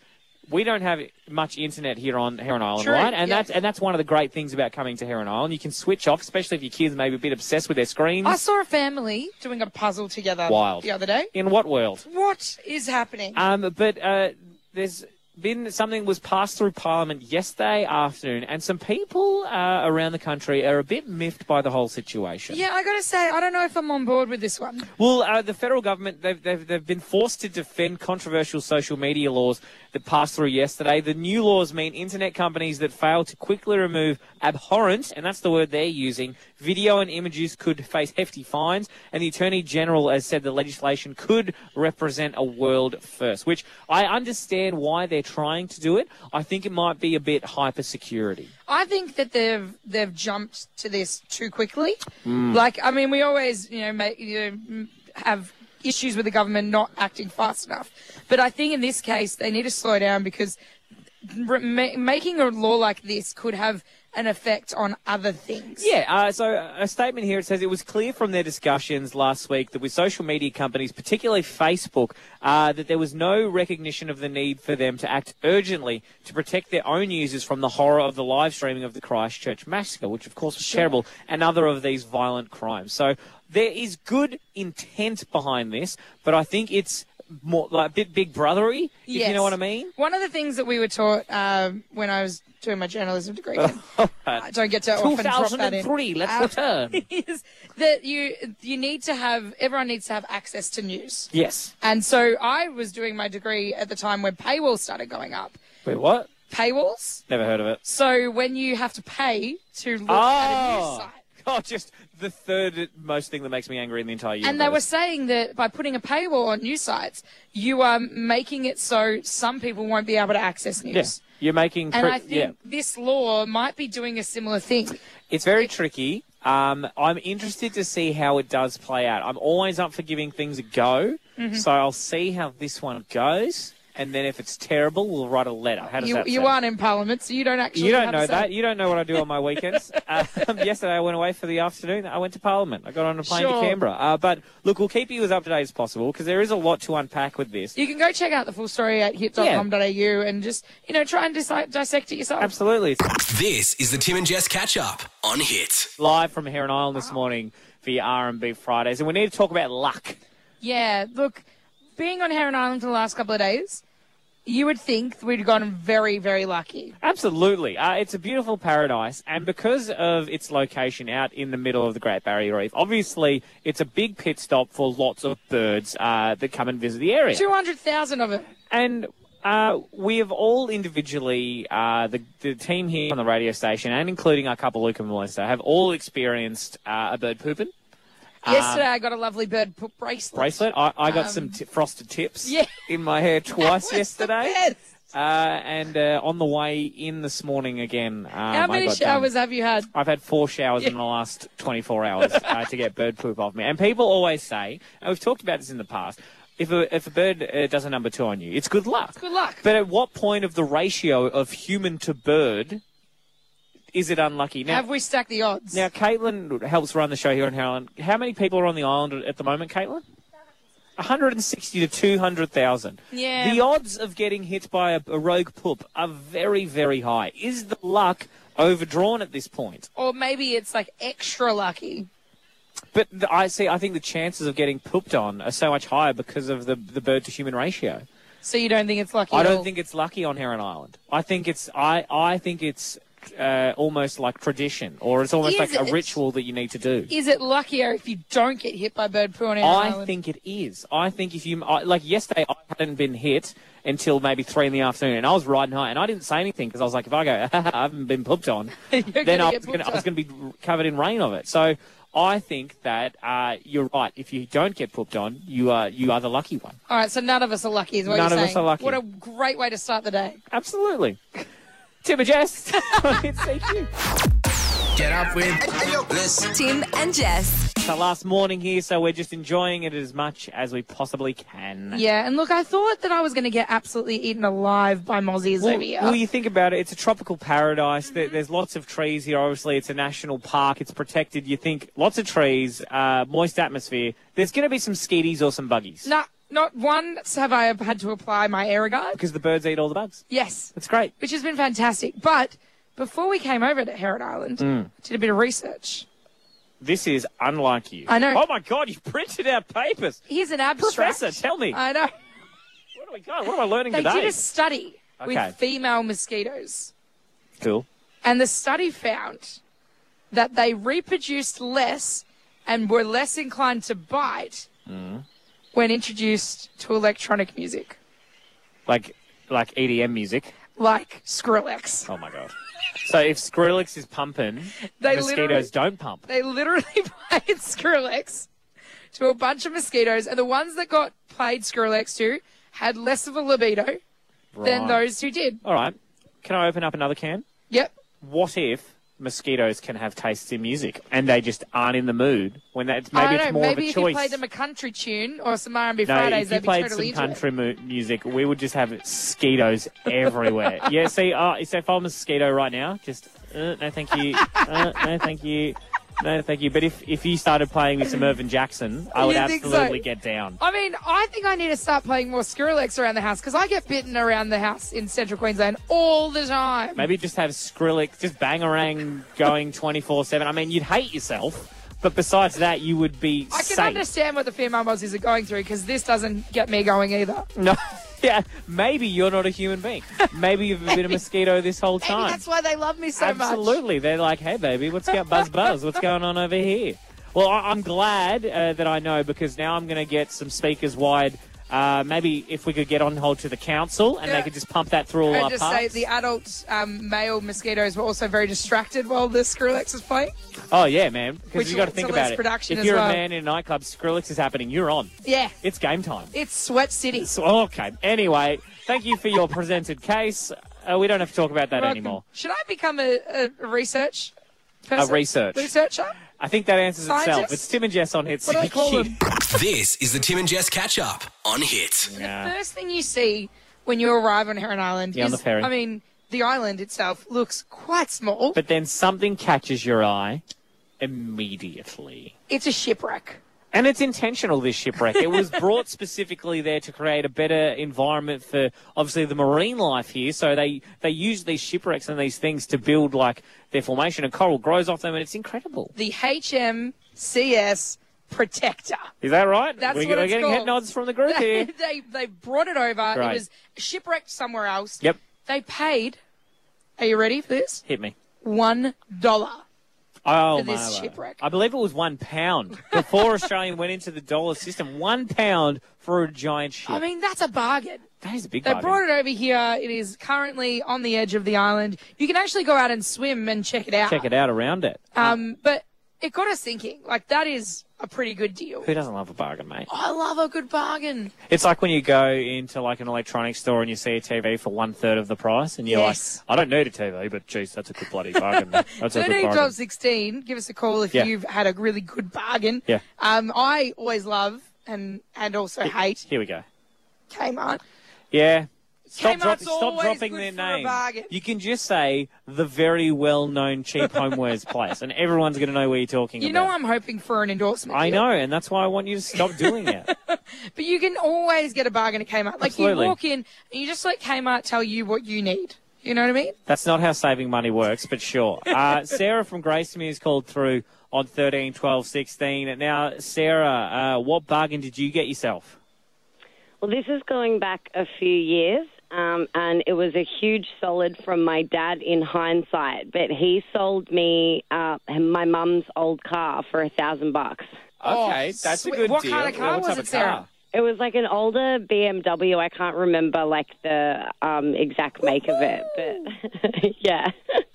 S2: We don't have much internet here on Heron Island,
S12: True,
S2: right? And
S12: yeah.
S2: that's and that's one of the great things about coming to Heron Island. You can switch off, especially if your kids may be a bit obsessed with their screens.
S3: I saw a family doing a puzzle together
S2: Wild.
S3: the other day.
S2: In what world?
S3: What is happening?
S2: Um, but uh, there's been something was passed through Parliament yesterday afternoon, and some people uh, around the country are a bit miffed by the whole situation.
S3: yeah, I gotta say, I don't know if I'm on board with this one.
S2: Well, uh, the federal government they've, they've they've been forced to defend controversial social media laws that passed through yesterday. The new laws mean internet companies that fail to quickly remove abhorrent, and that's the word they're using, video and images could face hefty fines. And the attorney general has said the legislation could represent a world first, which I understand why they're trying to do it. I think it might be a bit hyper security.
S3: I think that they've they've jumped to this too quickly.
S2: Mm.
S3: Like, I mean, we always you know make you know m- have issues with the government not acting fast enough, but I think in this case they need to slow down because re- ma- making a law like this could have an effect on other things.
S2: Yeah, uh, so a statement here it says it was clear from their discussions last week that with social media companies, particularly Facebook, uh, that there was no recognition of the need for them to act urgently to protect their own users from the horror of the live streaming of the Christchurch massacre, which of course was terrible, and other of these violent crimes. So there is good intent behind this, but I think it's more like a bit big brothery, if you
S3: Yes.
S2: know what I mean.
S3: One of the things that we were taught um, when I was doing my journalism degree, I don't get to often drop that in.
S2: 2003, let's
S3: Um,
S2: return.
S3: is that you you need to have everyone needs to have access to news.
S2: Yes.
S3: And so I was doing my degree at the time when paywalls started going up.
S2: Wait, what?
S3: Paywalls.
S2: Never heard of it.
S3: So when you have to pay to look at a news
S2: Oh,
S3: site.
S2: oh, just the third most thing that makes me angry in the entire universe.
S3: And they were saying that by putting a paywall on news sites, you are making it so some people won't be able to access news.
S2: yeah, you're making.
S3: And
S2: Pre-
S3: I think
S2: yeah,
S3: this law might be doing a similar thing.
S2: it's very tricky. Um, I'm interested to see how it does play out. I'm always up for giving things a go,
S3: Mhm.
S2: so I'll see how this one goes. and then if it's terrible, we'll write a letter. How does
S3: You,
S2: that
S3: you
S2: sound?
S3: aren't in Parliament, so you don't actually.
S2: You don't
S3: have
S2: know
S3: a say.
S2: that. You don't know what I do on my weekends. um, yesterday, I went away for the afternoon. I went to Parliament. I got on a plane
S3: Sure.
S2: to Canberra. Uh, but look, we'll keep you as up to date as possible because there is a lot to unpack with this.
S3: You can go check out the full story at hit.com.au and just, you know, try and disi- dissect it yourself.
S2: Absolutely.
S4: This is the Tim and Jess catch up on Hit.
S2: Live from Heron Island this morning for your R&B Fridays, and we need to talk about luck.
S3: Yeah, look, being on Heron Island for the last couple of days, you would think we'd gotten very, very lucky.
S2: Absolutely. Uh, it's a beautiful paradise, and because of its location out in the middle of the Great Barrier Reef, obviously it's a big pit stop for lots of birds uh, that come and visit the area.
S3: 200,000 of it.
S2: And uh, we have all individually, uh, the, the team here on the radio station, and including our couple, Luke and Melissa, have all experienced uh, a bird pooping. Um,
S3: Yesterday, I got a lovely bird p- bracelet.
S2: bracelet. I, I got
S3: Um,
S2: some t- frosted tips
S3: Yeah.
S2: in my hair twice yesterday.
S3: best.
S2: Uh, and uh, on the way in this morning again. Um,
S3: How
S2: I
S3: many
S2: got done.
S3: showers have you had?
S2: I've had four showers in the last 24 hours uh, to get bird poop off me. And people always say, and we've talked about this in the past, if a, if a bird uh, does a number two on you, it's good luck.
S3: Good luck.
S2: But at what point of the ratio of human to bird is it unlucky? Now,
S3: have we stacked the odds?
S2: now Caitlin helps run the show here on Howland. How many people are on the island at the moment, Caitlin? 160 to 200,000.
S3: Yeah.
S2: The odds of getting hit by a, a rogue poop are very, very high. Is the luck overdrawn at this point?
S3: Or maybe it's like extra lucky.
S2: But the, I see. I think the chances of getting pooped on are so much higher because of the the bird to human ratio.
S3: So you don't think it's lucky?
S2: I
S3: at
S2: don't
S3: all?
S2: think it's lucky on Heron Island. I think it's I I think it's uh, almost like tradition, or it's almost
S3: Is
S2: like
S3: it?
S2: a ritual that you need to do.
S3: Is it luckier if you don't get hit by bird poo on Heron
S2: I
S3: Island?
S2: think it is. I think if you I, like yesterday, I hadn't been hit until maybe three in the afternoon, and I was riding high, and I didn't say anything because I was like, if I go, I haven't been pooped on, then
S3: gonna
S2: I
S3: get
S2: was, gonna,
S3: pooped
S2: I was going to be r- covered in rain of it. So I think that uh, you're right. If you don't get pooped on, you are you are the lucky one.
S3: All right, so none of us are lucky, is what
S2: None
S3: you're
S2: of us
S3: saying.
S2: are lucky.
S3: What a great way to start the day.
S2: Absolutely. Tim and Jess, it's CQ.
S4: Get up with this.
S8: Tim and Jess.
S2: It's our last morning here, so we're just enjoying it as much as we possibly can.
S3: Yeah, and look, I thought that I was going to get absolutely eaten alive by mozzies
S2: Well,
S3: over here.
S2: well, you think about it, it's a tropical paradise.
S3: Mm-hmm.
S2: There, there's lots of trees here, obviously. It's a national park, it's protected. You think lots of trees, uh, moist atmosphere. There's going to be some skeeties or some buggies
S3: No, not once have I had to apply my air guard.
S2: because the birds eat all the bugs.
S3: Yes,
S2: It's great.
S3: which has been fantastic. But before we came over to Heron Island,
S2: Mm.
S3: I did a bit of research.
S2: This is unlike you.
S3: I know.
S2: Oh my God, you printed out papers.
S3: Here's an abstract.
S2: Professor, tell me.
S3: I know.
S2: Where do we go? What am I learning
S3: They
S2: today?
S3: did a study
S2: Okay.
S3: with female mosquitoes,
S2: Cool.
S3: and the study found that they reproduced less and were less inclined to bite
S2: Hmm.
S3: when introduced to electronic music,
S2: Like, like EDM music.
S3: like Skrillex.
S2: Oh my God. So if Skrillex is pumping,
S3: They literally-
S2: mosquitoes don't pump.
S3: They literally played Skrillex to a bunch of mosquitoes, and the ones that got played Skrillex to had less of a libido than
S2: Right.
S3: those who did.
S2: All right. Can I open up another can?
S3: Yep.
S2: What if mosquitoes can have tastes in music and they just aren't in the mood when that's
S3: I
S2: maybe
S3: don't
S2: it's
S3: know.
S2: more
S3: Maybe
S2: of a
S3: if
S2: choice.
S3: you played them a country tune or some R&B
S2: no,
S3: Fridays,
S2: if you
S3: they'd be
S2: played
S3: totally into
S2: some
S3: it.
S2: country mu- music, we would just have mosquitoes everywhere. yeah, see, uh, so if I'm a mosquito right now, just uh, no, thank you, uh, no, thank you, no, thank you. But if if you started playing with some Irvin Jackson, I would
S3: You think so?
S2: absolutely get down.
S3: I mean, I think I need to start playing more Skrillex around the house because I get bitten around the house in central Queensland all the time.
S2: Maybe just have Skrillex, just bangarang going 24 7. I mean, you'd hate yourself, but besides that, you would be
S3: I can
S2: safe.
S3: understand what the female mozzies are going through because this doesn't get me going either.
S2: No. Yeah, maybe you're not a human being. Maybe you've been a mosquito this whole
S3: Maybe
S2: time.
S3: that's why they love me so much.
S2: Absolutely. They're like, hey, baby, what's going Buzz Buzz, what's going on over here? Well, I- I'm glad uh, that I know because now I'm going to get some speakers wide. Uh, maybe if we could get on hold to the council and
S3: Yeah.
S2: they could just pump that through all
S3: And
S2: our
S3: just say
S2: parks.
S3: the adult um, male mosquitoes were also very distracted while the Skrillex was playing.
S2: Oh, yeah, man. Because
S3: Which
S2: you got to
S3: leads
S2: think
S3: to
S2: about
S3: less
S2: it.
S3: production
S2: If
S3: as
S2: you're
S3: well.
S2: a man in a nightclub, Skrillex is happening, you're on.
S3: Yeah,
S2: It's game time.
S3: it's Sweat City.
S2: So- okay. Anyway, thank you for your presented case. Uh, we don't have to talk about that
S3: Welcome.
S2: anymore.
S3: Should I become a, a research
S2: Uh,
S3: person?
S2: research.
S3: Researcher?
S2: I think that answers itself.
S3: Scientist?
S2: It's Tim and Jess on Hits.
S3: What do they call them?
S4: This is the Tim and Jess catch up on Hit.
S2: Yeah.
S3: First thing you see when you arrive on Heron Island.
S2: Yeah, on the
S3: is-
S2: ferry.
S3: I mean, the island itself looks quite small.
S2: But then something catches your eye immediately.
S3: It's a shipwreck.
S2: And it's intentional, this shipwreck. It was brought specifically there to create a better environment for obviously the marine life here. So they, they use these shipwrecks and these things to build like their formation and coral grows off them and it's incredible.
S3: The HMCS Protector.
S2: Is that right?
S3: That's
S2: we're,
S3: what
S2: we're
S3: it's
S2: getting
S3: called.
S2: head nods from the group
S3: They,
S2: here.
S3: they they brought it over.
S2: Great.
S3: It was shipwrecked somewhere else.
S2: Yep.
S3: They paid. Are you ready for this?
S2: Hit me.
S3: One dollar.
S2: Oh,
S3: for this
S2: my word.
S3: shipwreck.
S2: I believe it was one pound before Australian went into the dollar system. One pound for a giant ship.
S3: I mean, that's a bargain.
S2: that is a big
S3: They
S2: bargain.
S3: brought it over here. It is currently on the edge of the island. You can actually go out and swim and check it out.
S2: Check it out around it.
S3: Um, but it got us thinking. Like that is a pretty good deal.
S2: Who doesn't love a bargain, mate?
S3: I love a good bargain.
S2: It's like when you go into like an electronics store and you see a TV for one third of the price, and you're
S3: Yes.
S2: like, "I don't need a TV, but geez, that's a good bloody bargain. mate. That's a good
S3: Thirteen
S2: bargain."
S3: twelve sixteen. Give us a call if
S2: Yeah.
S3: you've had a really good bargain.
S2: Yeah.
S3: Um, I always love and and also hate
S2: Here we go.
S3: Kmart.
S2: Yeah. Stop,
S3: Kmart's
S2: drop, stop
S3: always
S2: dropping
S3: good
S2: their
S3: for a
S2: name.
S3: bargain.
S2: You can just say the very well-known cheap homewares place, and everyone's going to know where you're talking
S3: You know
S2: about.
S3: I'm hoping for an endorsement.
S2: I
S3: here.
S2: know, and that's why I want you to stop doing it.
S3: But you can always get a bargain at Kmart. Like
S2: Absolutely.
S3: you walk in and you just let Kmart tell you what you need. You know what I mean?
S2: That's not how saving money works, but sure. Uh, Sarah from Gracemere is called through on 13, 12, 16. Now, Sarah, uh, what bargain did you get yourself?
S12: Well, this is going back a few years, um, and it was a huge solid from my dad in hindsight. But he sold me uh, my mum's old car for a thousand bucks.
S2: Okay, that's a good
S12: Oh, What
S2: deal.
S12: kind of car
S2: what
S12: was
S2: type
S12: it,
S2: of car?
S12: Sarah? It was like an older BMW. I can't remember like the um, exact make of it, but yeah.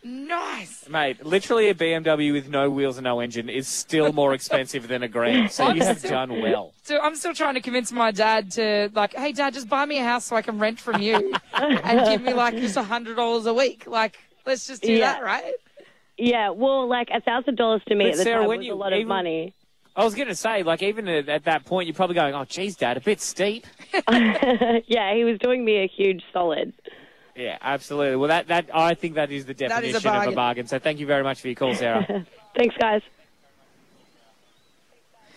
S3: Nice.
S2: Mate, literally a BMW with no wheels and no engine is still more expensive than a grand. So you have done well.
S3: So I'm still trying to convince my dad to like, hey dad, just buy me a house so I can rent from you and give me like just a hundred dollars a week. Like, let's just do
S12: Yeah.
S3: that, right?
S12: Yeah, well, like a thousand dollars to me
S2: But
S12: at the
S2: Sarah,
S12: time
S2: when
S12: was
S2: you
S12: a lot of
S2: even-
S12: money.
S2: I was going to say, like, even at at that point, you're probably going, oh, geez, Dad, a bit steep.
S12: yeah, he was doing me a huge solid.
S2: Yeah, absolutely. Well, that, that I think that is the
S12: That is a
S2: definition of a
S12: bargain.
S2: bargain. So thank you very much for your call, Sarah.
S12: Thanks, guys.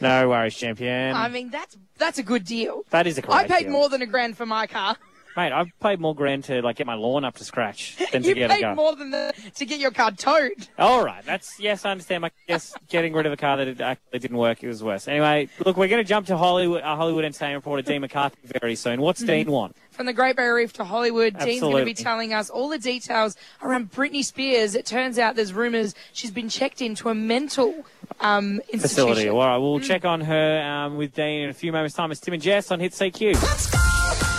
S2: no worries, champion.
S3: I mean, that's that's a good deal.
S2: that is a great
S3: I paid
S2: deal.
S3: more than a grand for my car.
S2: Mate, I've paid more grand to like get my lawn up to scratch than to
S3: you
S2: get a
S3: paid
S2: car.
S3: more than the, to get your car towed.
S2: All right, that's yes, I understand. My yes, getting rid of a car that it actually didn't work, it was worse. Anyway, look, we're going to jump to Hollywood, uh, Hollywood Entertainment reporter Dean McCarthy very soon. What's
S3: Mm-hmm.
S2: Dean want?
S3: From the Great Barrier Reef to Hollywood, Dean's going to
S2: Absolutely.
S3: be telling us all the details around Britney Spears. It turns out there's rumours she's been checked into a mental um, institution.
S2: Facility. All right,
S3: Mm.
S2: we'll check on her um, with Dean in a few moments' time. It's Tim and Jess on Hit CQ.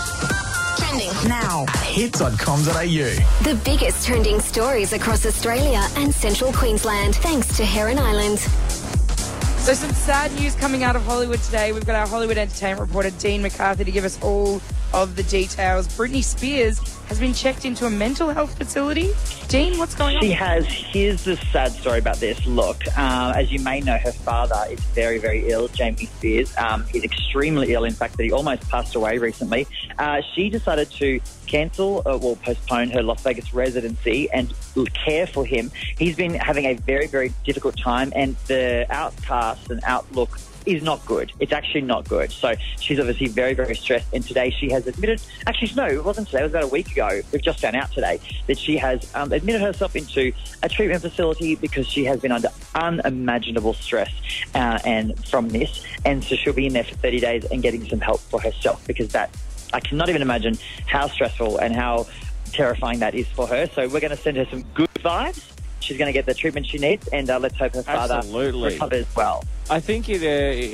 S8: Trending now.
S1: Hits.com.au. The biggest trending stories across Australia and central Queensland, thanks to Heron Island.
S3: So some sad news coming out of Hollywood today. We've got our Hollywood entertainment reporter Dean McCarthy to give us all of the details. Britney Spears has been checked into a mental health facility. Dean, what's going on?
S13: She has. Here's the sad story about this. Look, uh, as you may know, her father is very, very ill. Jamie Spears um, is extremely ill. In fact, that he almost passed away recently. Uh, she decided to cancel uh, or postpone her Las Vegas residency and l- care for him. He's been having a very, very difficult time, and the outcast and outlook is not good. It's actually not good. So she's obviously very, very stressed. And today she has admitted, actually, no, it wasn't today. It was about a week ago. We've just found out today that she has um, admitted herself into a treatment facility because she has been under unimaginable stress uh, and from this. And so she'll be in there for 30 days and getting some help for herself because that, I cannot even imagine how stressful and how terrifying that is for her. So we're going to send her some good vibes. She's going to get the treatment she needs, and uh, let's hope her father
S2: Absolutely.
S13: recovers well.
S2: I think it, uh,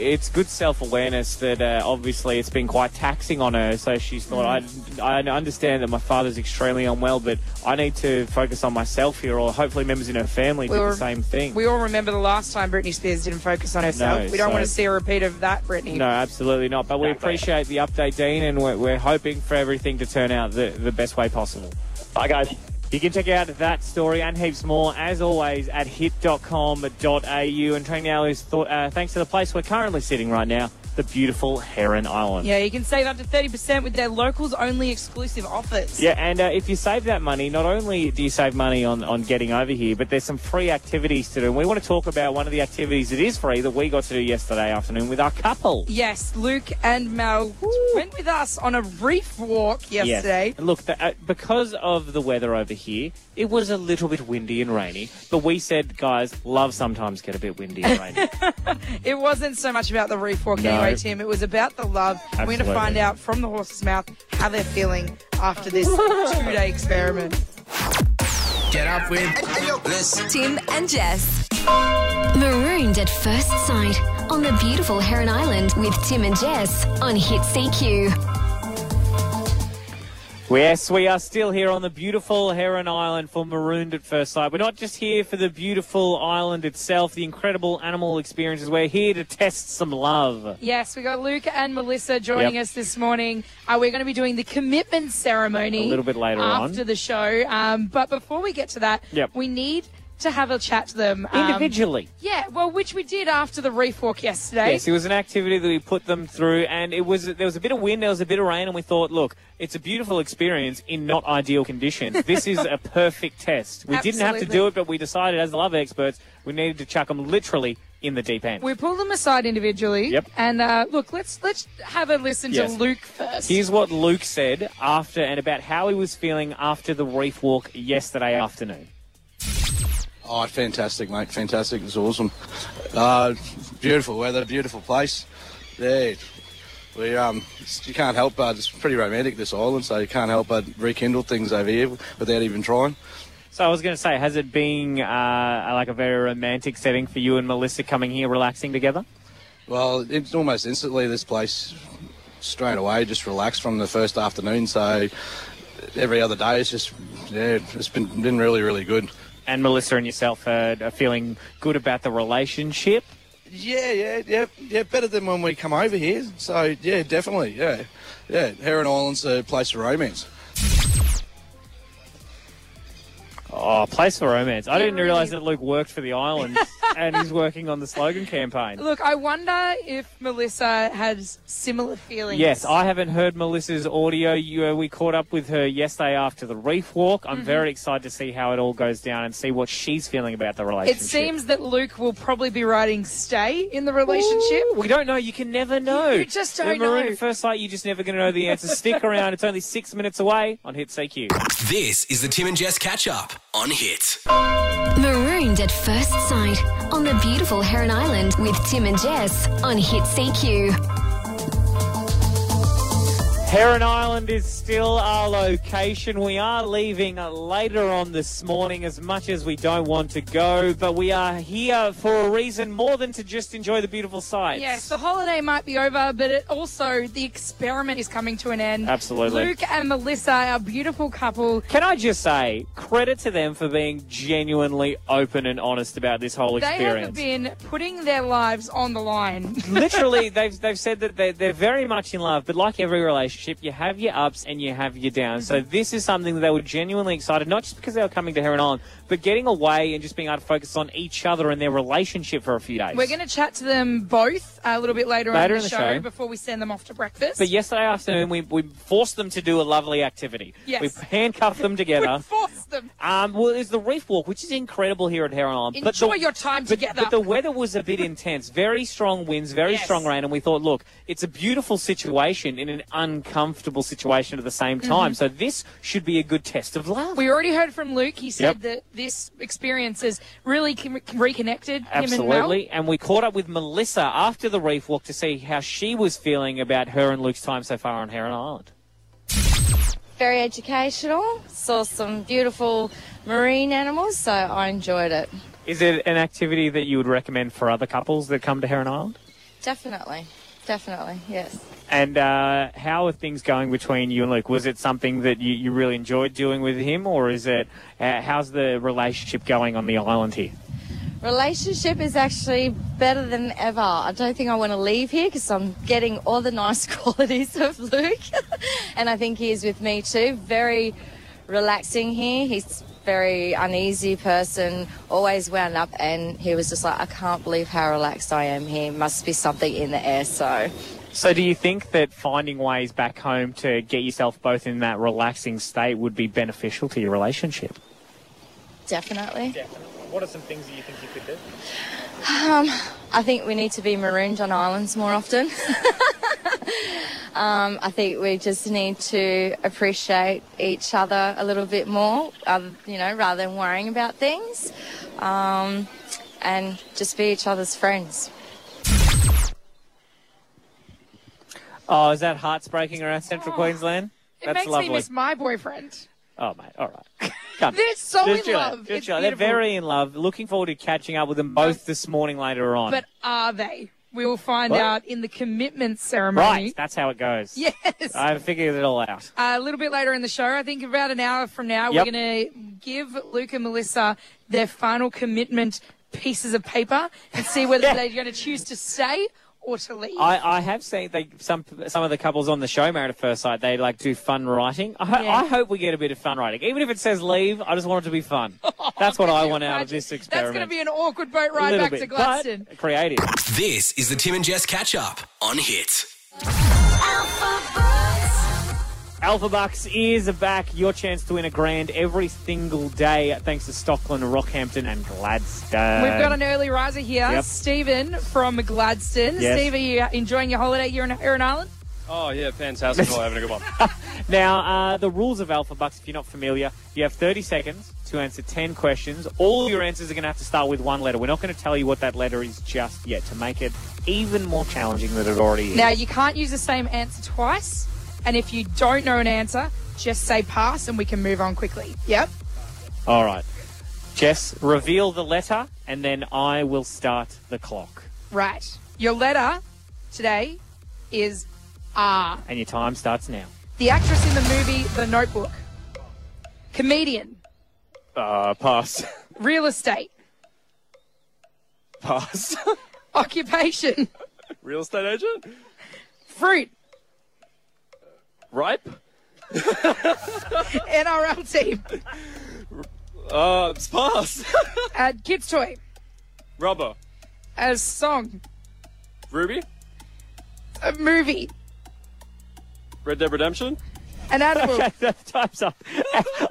S2: it's good self awareness that uh, obviously it's been quite taxing on her. So she's thought,
S3: Mm.
S2: I, I understand that my father's extremely unwell, but I need to focus on myself here, or hopefully members in her family
S3: We
S2: do
S3: were-
S2: the same thing.
S3: We all remember the last time Britney Spears didn't focus on herself.
S2: No,
S3: we don't
S2: so-
S3: want to see a repeat of that, Britney.
S2: No, absolutely not. But we appreciate the update, Dean, and we're, we're hoping for everything to turn out the, the best way possible.
S13: Bye, guys.
S2: You can check out that story and heaps more, as always, at hit.com.au. And Train Now is th- uh, thanks to the place we're currently sitting right now, the beautiful Heron Island.
S3: Yeah, you can save up to 30% with their locals only exclusive offers.
S2: Yeah, and uh, if you save that money, not only do you save money on, on getting over here, but there's some free activities to do. And we want to talk about one of the activities that is free that we got to do yesterday afternoon with our couple.
S3: Yes, Luke and Mel went with us on a reef walk yesterday.
S2: Yes. Look, the, uh, because of the weather over here, it was a little bit windy and rainy, but we said, guys, love sometimes get a bit windy and rainy.
S3: It wasn't so much about the reef walk
S2: No.
S3: anyway, Tim. It was about the love. We're going to
S2: Absolutely.
S3: find out from the horse's mouth how they're feeling after this two day experiment.
S4: Get up with this.
S1: Tim and Jess. Marooned at first sight on the beautiful Heron Island with Tim and Jess on Hit CQ.
S2: Yes, we are still here on the beautiful Heron Island for Marooned at First Sight. We're not just here for the beautiful island itself, the incredible animal experiences. We're here to test some love.
S3: Yes, we got Luke and Melissa joining
S2: Yep.
S3: us this morning. Uh, we're going to be doing the commitment ceremony
S2: A little bit later on.
S3: after the show. Um, but before we get to that,
S2: Yep.
S3: we need to have a chat to them um,
S2: Individually.
S3: Yeah, well, which we did after the reef walk yesterday.
S2: Yes, it was an activity that we put them through, and it was there was a bit of wind, there was a bit of rain, and we thought, look, it's a beautiful experience in not ideal conditions. This is a perfect test. We didn't have to
S3: Absolutely.
S2: do it, but we decided as love experts, we needed to chuck them literally in the deep end.
S3: We pulled them aside individually.
S2: Yep.
S3: And uh, look, let's let's have a listen
S2: Yes.
S3: to Luke first.
S2: Here's what Luke said after and about how he was feeling after the reef walk yesterday afternoon.
S5: Oh, fantastic, mate. Fantastic. It was awesome. Uh, beautiful weather, beautiful place. Yeah. We, um, you can't help but, it's pretty romantic, this island, so you can't help but rekindle things over here without even trying.
S2: So I was going to say, has it been uh, like a very romantic setting for you and Melissa coming here, relaxing together?
S5: Well, it's Oh, almost instantly this place straight away just relaxed from the first afternoon. So every other day, it's just yeah, it's been been really really good.
S2: And Melissa and yourself are, are feeling good about the relationship.
S5: Yeah, yeah, yeah, yeah. Better than when we come over here. So yeah, definitely, yeah, yeah. Heron Island's a place for romance.
S2: Oh, place for romance. I didn't realize that Luke worked for the island and he's working on the slogan campaign.
S3: Look, I wonder if Melissa has similar feelings.
S2: Yes, I haven't heard Melissa's audio. You, uh, we caught up with her yesterday after the reef walk. I'm
S3: Mhm.
S2: very excited to see how it all goes down and see what she's feeling about the
S3: It
S2: relationship.
S3: seems that Luke will probably be writing stay in the relationship.
S2: we don't know. You can never know.
S3: You, you just don't
S2: With Maroon
S3: know.
S2: at first sight, you're just never going to know the answer. Stick around. It's only six minutes away on Hit CQ.
S4: This is the Tim and Jess catch up on Hit.
S1: Marooned at first sight on the beautiful Heron Island with Tim and Jess on Hit CQ.
S2: Heron Island is still our location. We are leaving later on this morning as much as we don't want to go, but we are here for a reason more than to just enjoy the beautiful sights.
S3: Yes, the holiday might be over, but it also the experiment is coming to an end.
S2: Absolutely.
S3: Luke and Melissa, our beautiful couple.
S2: Can I just say, credit to them for being genuinely open and honest about this whole
S3: They
S2: experience.
S3: have been putting their lives on the line.
S2: literally they've they've said that they're, they're very much in love but like every relationship you have your ups and you have your downs
S3: Mm-hmm.
S2: so this is something that they were genuinely excited not just because they were coming to heron island but getting away and just being able to focus on each other and their relationship for a few days
S3: We're going to chat to them both a little bit later,
S2: Later
S3: on in the, show,
S2: show.
S3: before we send them off to breakfast.
S2: but yesterday afternoon, we, we forced them to do a lovely activity.
S3: Yes.
S2: We handcuffed them together.
S3: Force them.
S2: Um, well, there's the reef walk, which is incredible here at Heron Island.
S3: Enjoy your time
S2: but,
S3: together.
S2: But the weather was a bit intense. Very strong winds, very
S3: Yes.
S2: strong rain, and we thought, look, it's a beautiful situation in an uncomfortable situation at the same time.
S3: Mhm.
S2: So this should be a good test of love.
S3: We already heard from Luke. He said
S2: Yep.
S3: that this experience has really con- reconnected him and Mel.
S2: Absolutely. And we caught up with Melissa after the reef walk to see how she was feeling about her and Luke's time so far on Heron Island.
S11: Very educational. Saw some beautiful marine animals, so I enjoyed it.
S2: Is it an activity that you would recommend for other couples that come to Heron Island?
S11: Definitely. Definitely, yes.
S2: And uh, how are things going between you and Luke? Was it something that you, you really enjoyed doing with him, or is it uh, how's the relationship going on the island here?
S11: Relationship is actually better than ever. I don't think I want to leave here because I'm getting all the nice qualities of Luke. and I think he is with me too. Very relaxing here. He's
S14: very uneasy person, always wound up, and he was just like, I can't believe how relaxed I am here. Must be something in the air. So
S2: So, do you think that finding ways back home to get yourself both in that relaxing state would be beneficial to your relationship?
S14: definitely.
S9: What are some things that you think you could do?
S14: Um, I think we need to be marooned on islands more often. um, I think we just need to appreciate each other a little bit more, um, you know, rather than worrying about things, um, and just be each other's friends.
S2: Oh, is that heartsbreaking around Central Queensland?
S3: Oh, It
S2: That's
S3: makes
S2: lovely.
S3: me miss my boyfriend.
S2: Oh, mate, all right. Come.
S3: They're so
S2: Just
S3: in
S2: chill out,
S3: love.
S2: just
S3: It's
S2: chill out. They're
S3: beautiful.
S2: very in love. Looking forward to catching up with them both this morning later on.
S3: But are they? We will find
S2: What?
S3: out in the commitment ceremony.
S2: right, that's how it goes.
S3: Yes. Uh,
S2: I've figured it all out.
S3: a little bit later in the show, I think about an hour from now,
S2: Yep.
S3: we're going to give Luke and Melissa their final commitment pieces of paper and see whether they're going to choose to stay or to leave.
S2: I, I have seen they, some some of the couples on the show Married at First Sight. They like do fun writing. I, ho-
S3: Yeah.
S2: I hope we get a bit of fun writing, even if it says leave. I just want it to be fun.
S3: Oh,
S2: That's what I want out of this
S3: That's
S2: experiment.
S3: going to be an awkward boat ride
S2: Little
S3: back
S2: bit,
S3: to Gladstone.
S2: but creative.
S4: This is the Tim and Jess catch up on Hit.
S2: Alpha Bucks is back. Your chance to win a grand every single day, thanks to Stockland, Rockhampton, and Gladstone.
S3: We've got an early riser here,
S2: Yep.
S3: Stephen from Gladstone.
S2: Yes.
S3: Steve, are you enjoying your holiday here in Heron Island?
S15: Oh yeah, fantastic! Well, having a good one.
S2: Now, uh, the rules of Alpha Bucks, if you're not familiar, you have 30 seconds to answer 10 questions. All your answers are going to have to start with one letter. We're not going to tell you what that letter is just yet to make it even more challenging than it already is.
S3: Now, you can't use the same answer twice. And if you don't know an answer, just say pass and we can move on quickly. Yep.
S2: All right. Jess, reveal the letter, and then I will start the clock.
S3: Right. Your letter today is R.
S2: And your time starts now.
S3: The actress in the movie The Notebook. Comedian.
S15: Uh, pass,
S3: Real estate.
S15: pass.
S3: Occupation.
S15: Real estate agent.
S3: Fruit.
S15: Ripe.
S3: NRL team.
S15: Uh, it's pass.
S3: Uh, kids toy.
S15: Rubber.
S3: A song.
S15: Ruby.
S3: A movie.
S15: Red Dead Redemption.
S3: An animal.
S2: Okay, that time's up.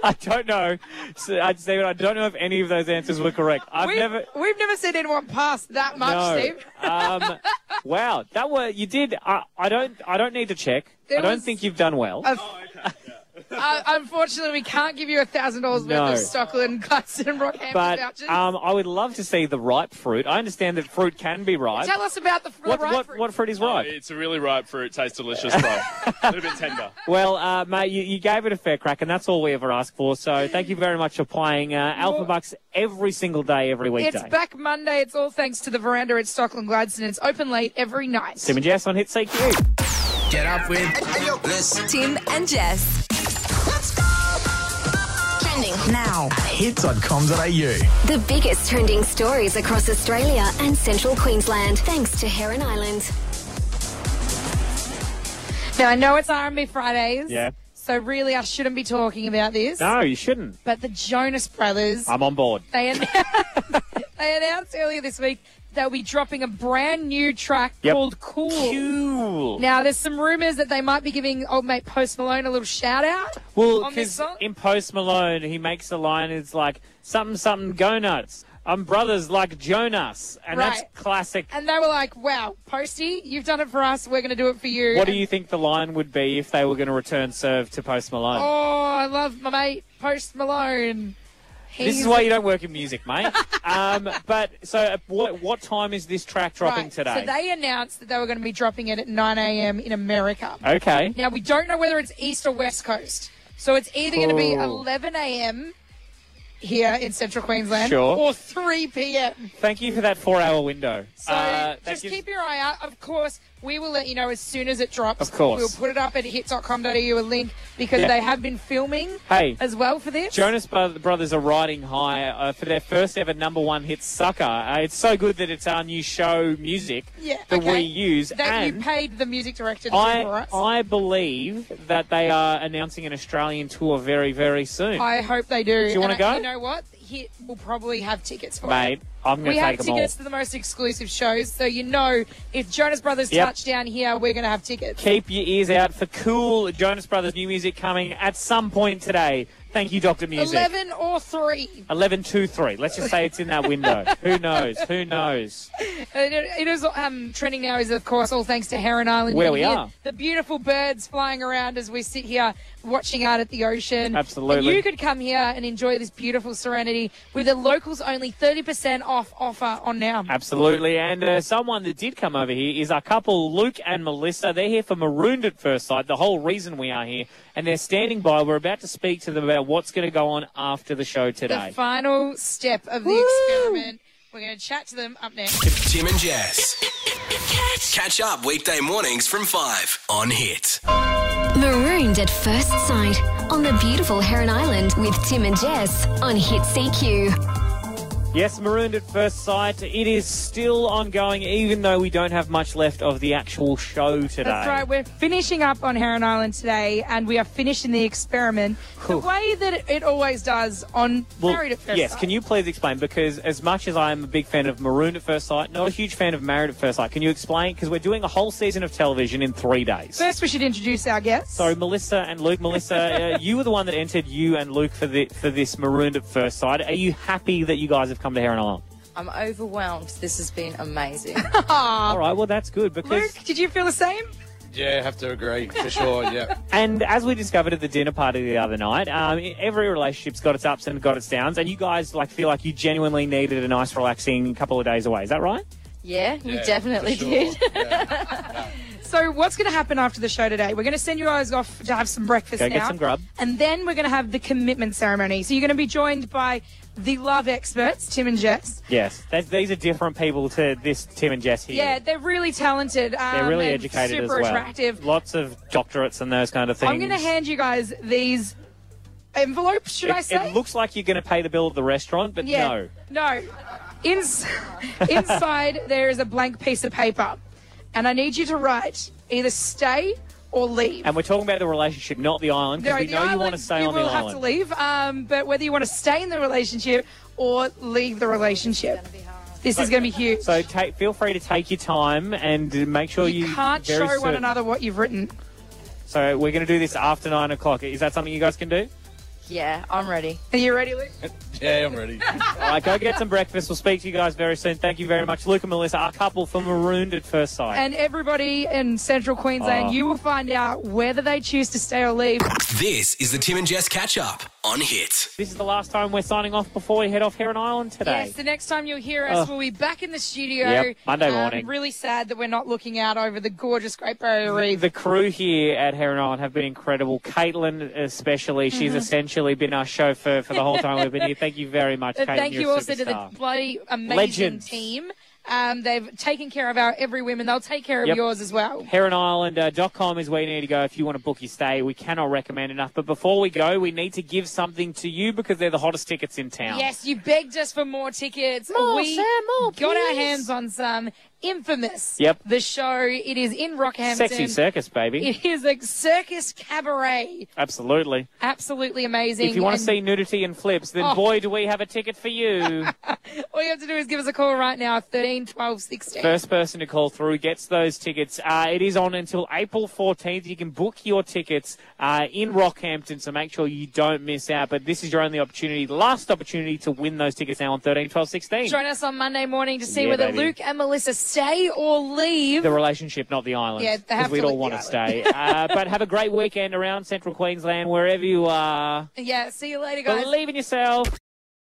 S2: I don't know. So, I, Stephen, I don't know if any of those answers were correct. I've
S3: we've,
S2: never.
S3: we've never seen anyone pass that much,
S2: no.
S3: Steve.
S2: um, wow, that was you did. I, I don't. I don't need to check.
S3: There
S2: I don't
S3: was-
S2: think you've done well.
S3: A- uh, unfortunately, we can't give you a thousand dollars
S2: No.
S3: worth of Stockland, Gladstone, Rockhampton
S2: but
S3: vouchers.
S2: um, I would love to see the ripe fruit. I understand that fruit can be ripe.
S3: Tell us about the, the
S2: what,
S3: ripe
S2: what,
S3: fruit.
S2: what fruit is
S13: Oh,
S2: ripe?
S15: It's a really ripe fruit. Tastes delicious, though. a little bit tender.
S2: Well, uh, mate, you, you gave it a fair crack, and that's all we ever asked for. So thank you very much for playing uh, Alpha Bucks every single day, every weekday.
S3: It's back Monday. It's all thanks to the veranda at Stockland Gladstone. It's open late every night.
S2: Tim and Jess on Hit CQ.
S4: Get up with this.
S8: Tim and Jess. Let's go. Trending now.
S1: Hits.com.au. The biggest trending stories across Australia and central Queensland, thanks to Heron Island.
S3: Now I know it's R&B Fridays.
S2: Yeah.
S3: So really, I shouldn't be talking about this.
S2: No, you shouldn't.
S3: But the Jonas Brothers,
S2: I'm on board.
S3: they, an- they announced earlier this week they'll be dropping a brand new track
S2: Yep.
S3: called Cool.
S2: Cool.
S3: Now there's some rumors that they might be giving old mate Post Malone a little shout out.
S2: Well,
S3: on this
S2: because
S3: song?
S2: in Post Malone, he makes a line. It's like something, something, go nuts. I'm brothers like Jonas, and
S3: Right.
S2: that's classic.
S3: And they were like, "Wow, Posty, you've done it for us. We're going to do it for you."
S2: What do you think the line would be if they were going to return serve to Post Malone?
S3: Oh, I love my mate Post Malone.
S2: this is
S3: He's
S2: why
S3: a-
S2: you don't work in music, mate. um, but so, uh, what, what time is this track dropping
S3: Right,
S2: today?
S3: So they announced that they were going to be dropping it at 9 a.m. in America.
S2: Okay.
S3: Now we
S2: Oh.
S3: don't know whether it's East or West Coast. So it's either going to be
S2: Ooh.
S3: 11 a.m. here in central Queensland
S2: Sure.
S3: or 3 p.m.
S2: Thank you for that four hour window. Uh,
S3: So just keep your eye out. Of course, we will let you know as soon as it drops.
S2: Of course.
S3: We'll put it up at hit.com.au, a link, because
S2: Yeah.
S3: they have been filming
S2: Hey.
S3: as well for this.
S2: Jonas Bro- Brothers are riding high uh, for their first ever number one hit, Sucker. Uh, it's so good that it's our new show music
S3: yeah,
S2: that
S3: okay.
S2: we use.
S3: That
S2: and
S3: you paid the music director to do for
S2: I,
S3: us.
S2: I believe that they are announcing an Australian tour very, very soon.
S3: I hope they do.
S2: Do you wanna
S3: And I-
S2: go?
S3: You know what? Hit will probably have tickets for
S2: Mate,
S3: it.
S2: I'm going
S3: we
S2: to
S3: have
S2: take them all.
S3: tickets to the most exclusive shows, so you know if Jonas Brothers
S2: Yep.
S3: touch down here, we're going to have tickets.
S2: Keep your ears out for cool Jonas Brothers new music coming at some point today. Thank you, Dr. Music.
S3: 11 or 3.
S2: 11, 2, 3. Let's just say it's in that window. Who knows? Who knows?
S3: And It it is um, trending now. Is of course all thanks to Heron Island.
S2: Where
S3: You
S2: we
S3: hear
S2: are.
S3: The beautiful birds flying around as we sit here watching out at the ocean.
S2: Absolutely.
S3: And you could come here and enjoy this beautiful serenity with a locals only thirty percent off offer on now.
S2: Absolutely. And uh, someone that did come over here is our couple, Luke and Melissa. They're here for Marooned at First Sight, the whole reason we are here. And they're standing by. We're about to speak to them about what's going to go on after the show
S3: The
S2: today.
S3: final step of the experiment. We're going to chat to them up next.
S4: Tim and Jess. Catch up weekday mornings from 5 on Hit.
S1: Marooned at First Sight on the beautiful Heron Island with Tim and Jess on Hit CQ.
S2: Yes, Marooned at First Sight. It is still ongoing, even though we don't have much left of the actual show today.
S3: That's right. We're finishing up on Heron Island today, and we are finishing the experiment the way that it- it always does on Married at First
S2: yes,
S3: Sight.
S2: can you please explain? Because as much as I'm a big fan of Marooned at First Sight, not a huge fan of Married at First Sight, can you explain? Because we're doing a whole season of television in three days.
S3: First, we should introduce our guests.
S2: So Melissa and Luke, Melissa, uh, you were the one that entered you and Luke for the for this Marooned at First Sight. Are you happy that you guys have come to Heron Island?
S14: I'm overwhelmed. This has been amazing.
S3: Um,
S2: All right, well that's good because
S3: did you feel the same?
S5: Yeah, have to agree for sure. Yeah.
S2: And as we discovered at the dinner party the other night, um, every relationship's got its ups and got its downs, and you guys like feel like you genuinely needed a nice, relaxing couple of days away. Is that right?
S14: Yeah, you
S2: Yeah,
S14: definitely
S2: for sure.
S14: did.
S3: So what's going to happen after the show today? We're going to send you guys off to have some breakfast
S2: Go
S3: now.
S2: get some grub.
S3: And then we're going to have the commitment ceremony. So you're going to be joined by the love experts, Tim and Jess.
S2: Yes. Th- these are different people to this Tim and Jess here.
S3: Yeah, they're really talented. Um,
S2: They're really
S3: and
S2: educated
S3: super
S2: as well.
S3: attractive.
S2: Lots of doctorates and those kind of things.
S3: I'm going to hand you guys these envelopes, should
S2: it,
S3: I say?
S2: It looks like you're going to pay the bill at the restaurant, but
S3: yeah.
S2: no.
S3: No. Ins- inside there is a blank piece of paper. And I need you to write either stay or leave.
S2: And we're talking about the relationship, not the island, because
S3: No,
S2: we
S3: the
S2: know you want to
S3: island,
S2: stay
S3: you
S2: on the
S3: will
S2: island.
S3: have to leave. Um, but whether you want to stay in the relationship or leave the relationship, this is going to be huge.
S2: So take, feel free to take your time and make sure you,
S3: You can't show
S2: very
S3: one
S2: soon-
S3: another what you've written.
S2: So we're going to do this after nine o'clock. Is that something you guys can do?
S14: Yeah, I'm ready.
S3: Are you ready, Luke?
S2: Yeah, I'm ready. All right, go get some breakfast. We'll speak to you guys very soon. Thank you very much, Luke and Melissa, our couple from Marooned at First Sight.
S3: And everybody in central Queensland,
S2: Oh.
S3: you will find out whether they choose to stay or leave.
S4: This is the Tim and Jess catch up on Hit.
S2: this is the last time we're signing off before we head off Heron Island today.
S3: Yes, the next time you'll hear us,
S2: Oh.
S3: we'll be back in the studio. Um,
S2: Yep, Monday morning.
S3: Really sad that we're not looking out over the gorgeous Great Barrier Reef.
S2: The crew here at Heron Island have been incredible. Caitlin, especially, she's
S3: Mhm.
S2: essentially been our chauffeur for the whole time we've been here. Thank you very much,
S3: Uh,
S2: Caitlin.
S3: Thank
S2: you're
S3: you
S2: a
S3: also to the
S2: superstar.
S3: bloody amazing
S2: Legends.
S3: team. Um, they've taken care of our every women. They'll take care of
S2: Yep.
S3: yours as well.
S2: HeronIslander.com uh, is where you need to go if you want to book your stay. We cannot recommend enough. But before we go, we need to give something to you because they're the hottest tickets in town.
S3: Yes, you begged us for more tickets.
S16: More,
S3: we
S16: Sam, more,
S3: got our
S16: please.
S3: hands on some infamous.
S2: Yep.
S3: The show it is in Rockhampton.
S2: Sexy circus, baby.
S3: It is a circus cabaret.
S2: Absolutely.
S3: Absolutely amazing.
S2: If you want to
S3: And
S2: see nudity and flips, then
S3: Oh.
S2: boy, do we have a ticket for you.
S3: all you have to do is give us a call right now, 13 12 16.
S2: First person to call through gets those tickets. Uh, it is on until April 14th. You can book your tickets uh, in Rockhampton, so make sure you don't miss out. But this is your only opportunity, last opportunity to win those tickets now on 13, 12, 16.
S3: Join us on Monday morning to see
S2: Yeah,
S3: whether
S2: baby.
S3: Luke and Melissa stay or leave.
S2: The relationship, not the island.
S3: Yeah, they have
S2: Because we'd
S3: to
S2: all
S3: leave
S2: want
S3: the
S2: to stay. uh, but have a great weekend around central Queensland, wherever you are.
S3: yeah, see you later, guys.
S2: Believe in yourself.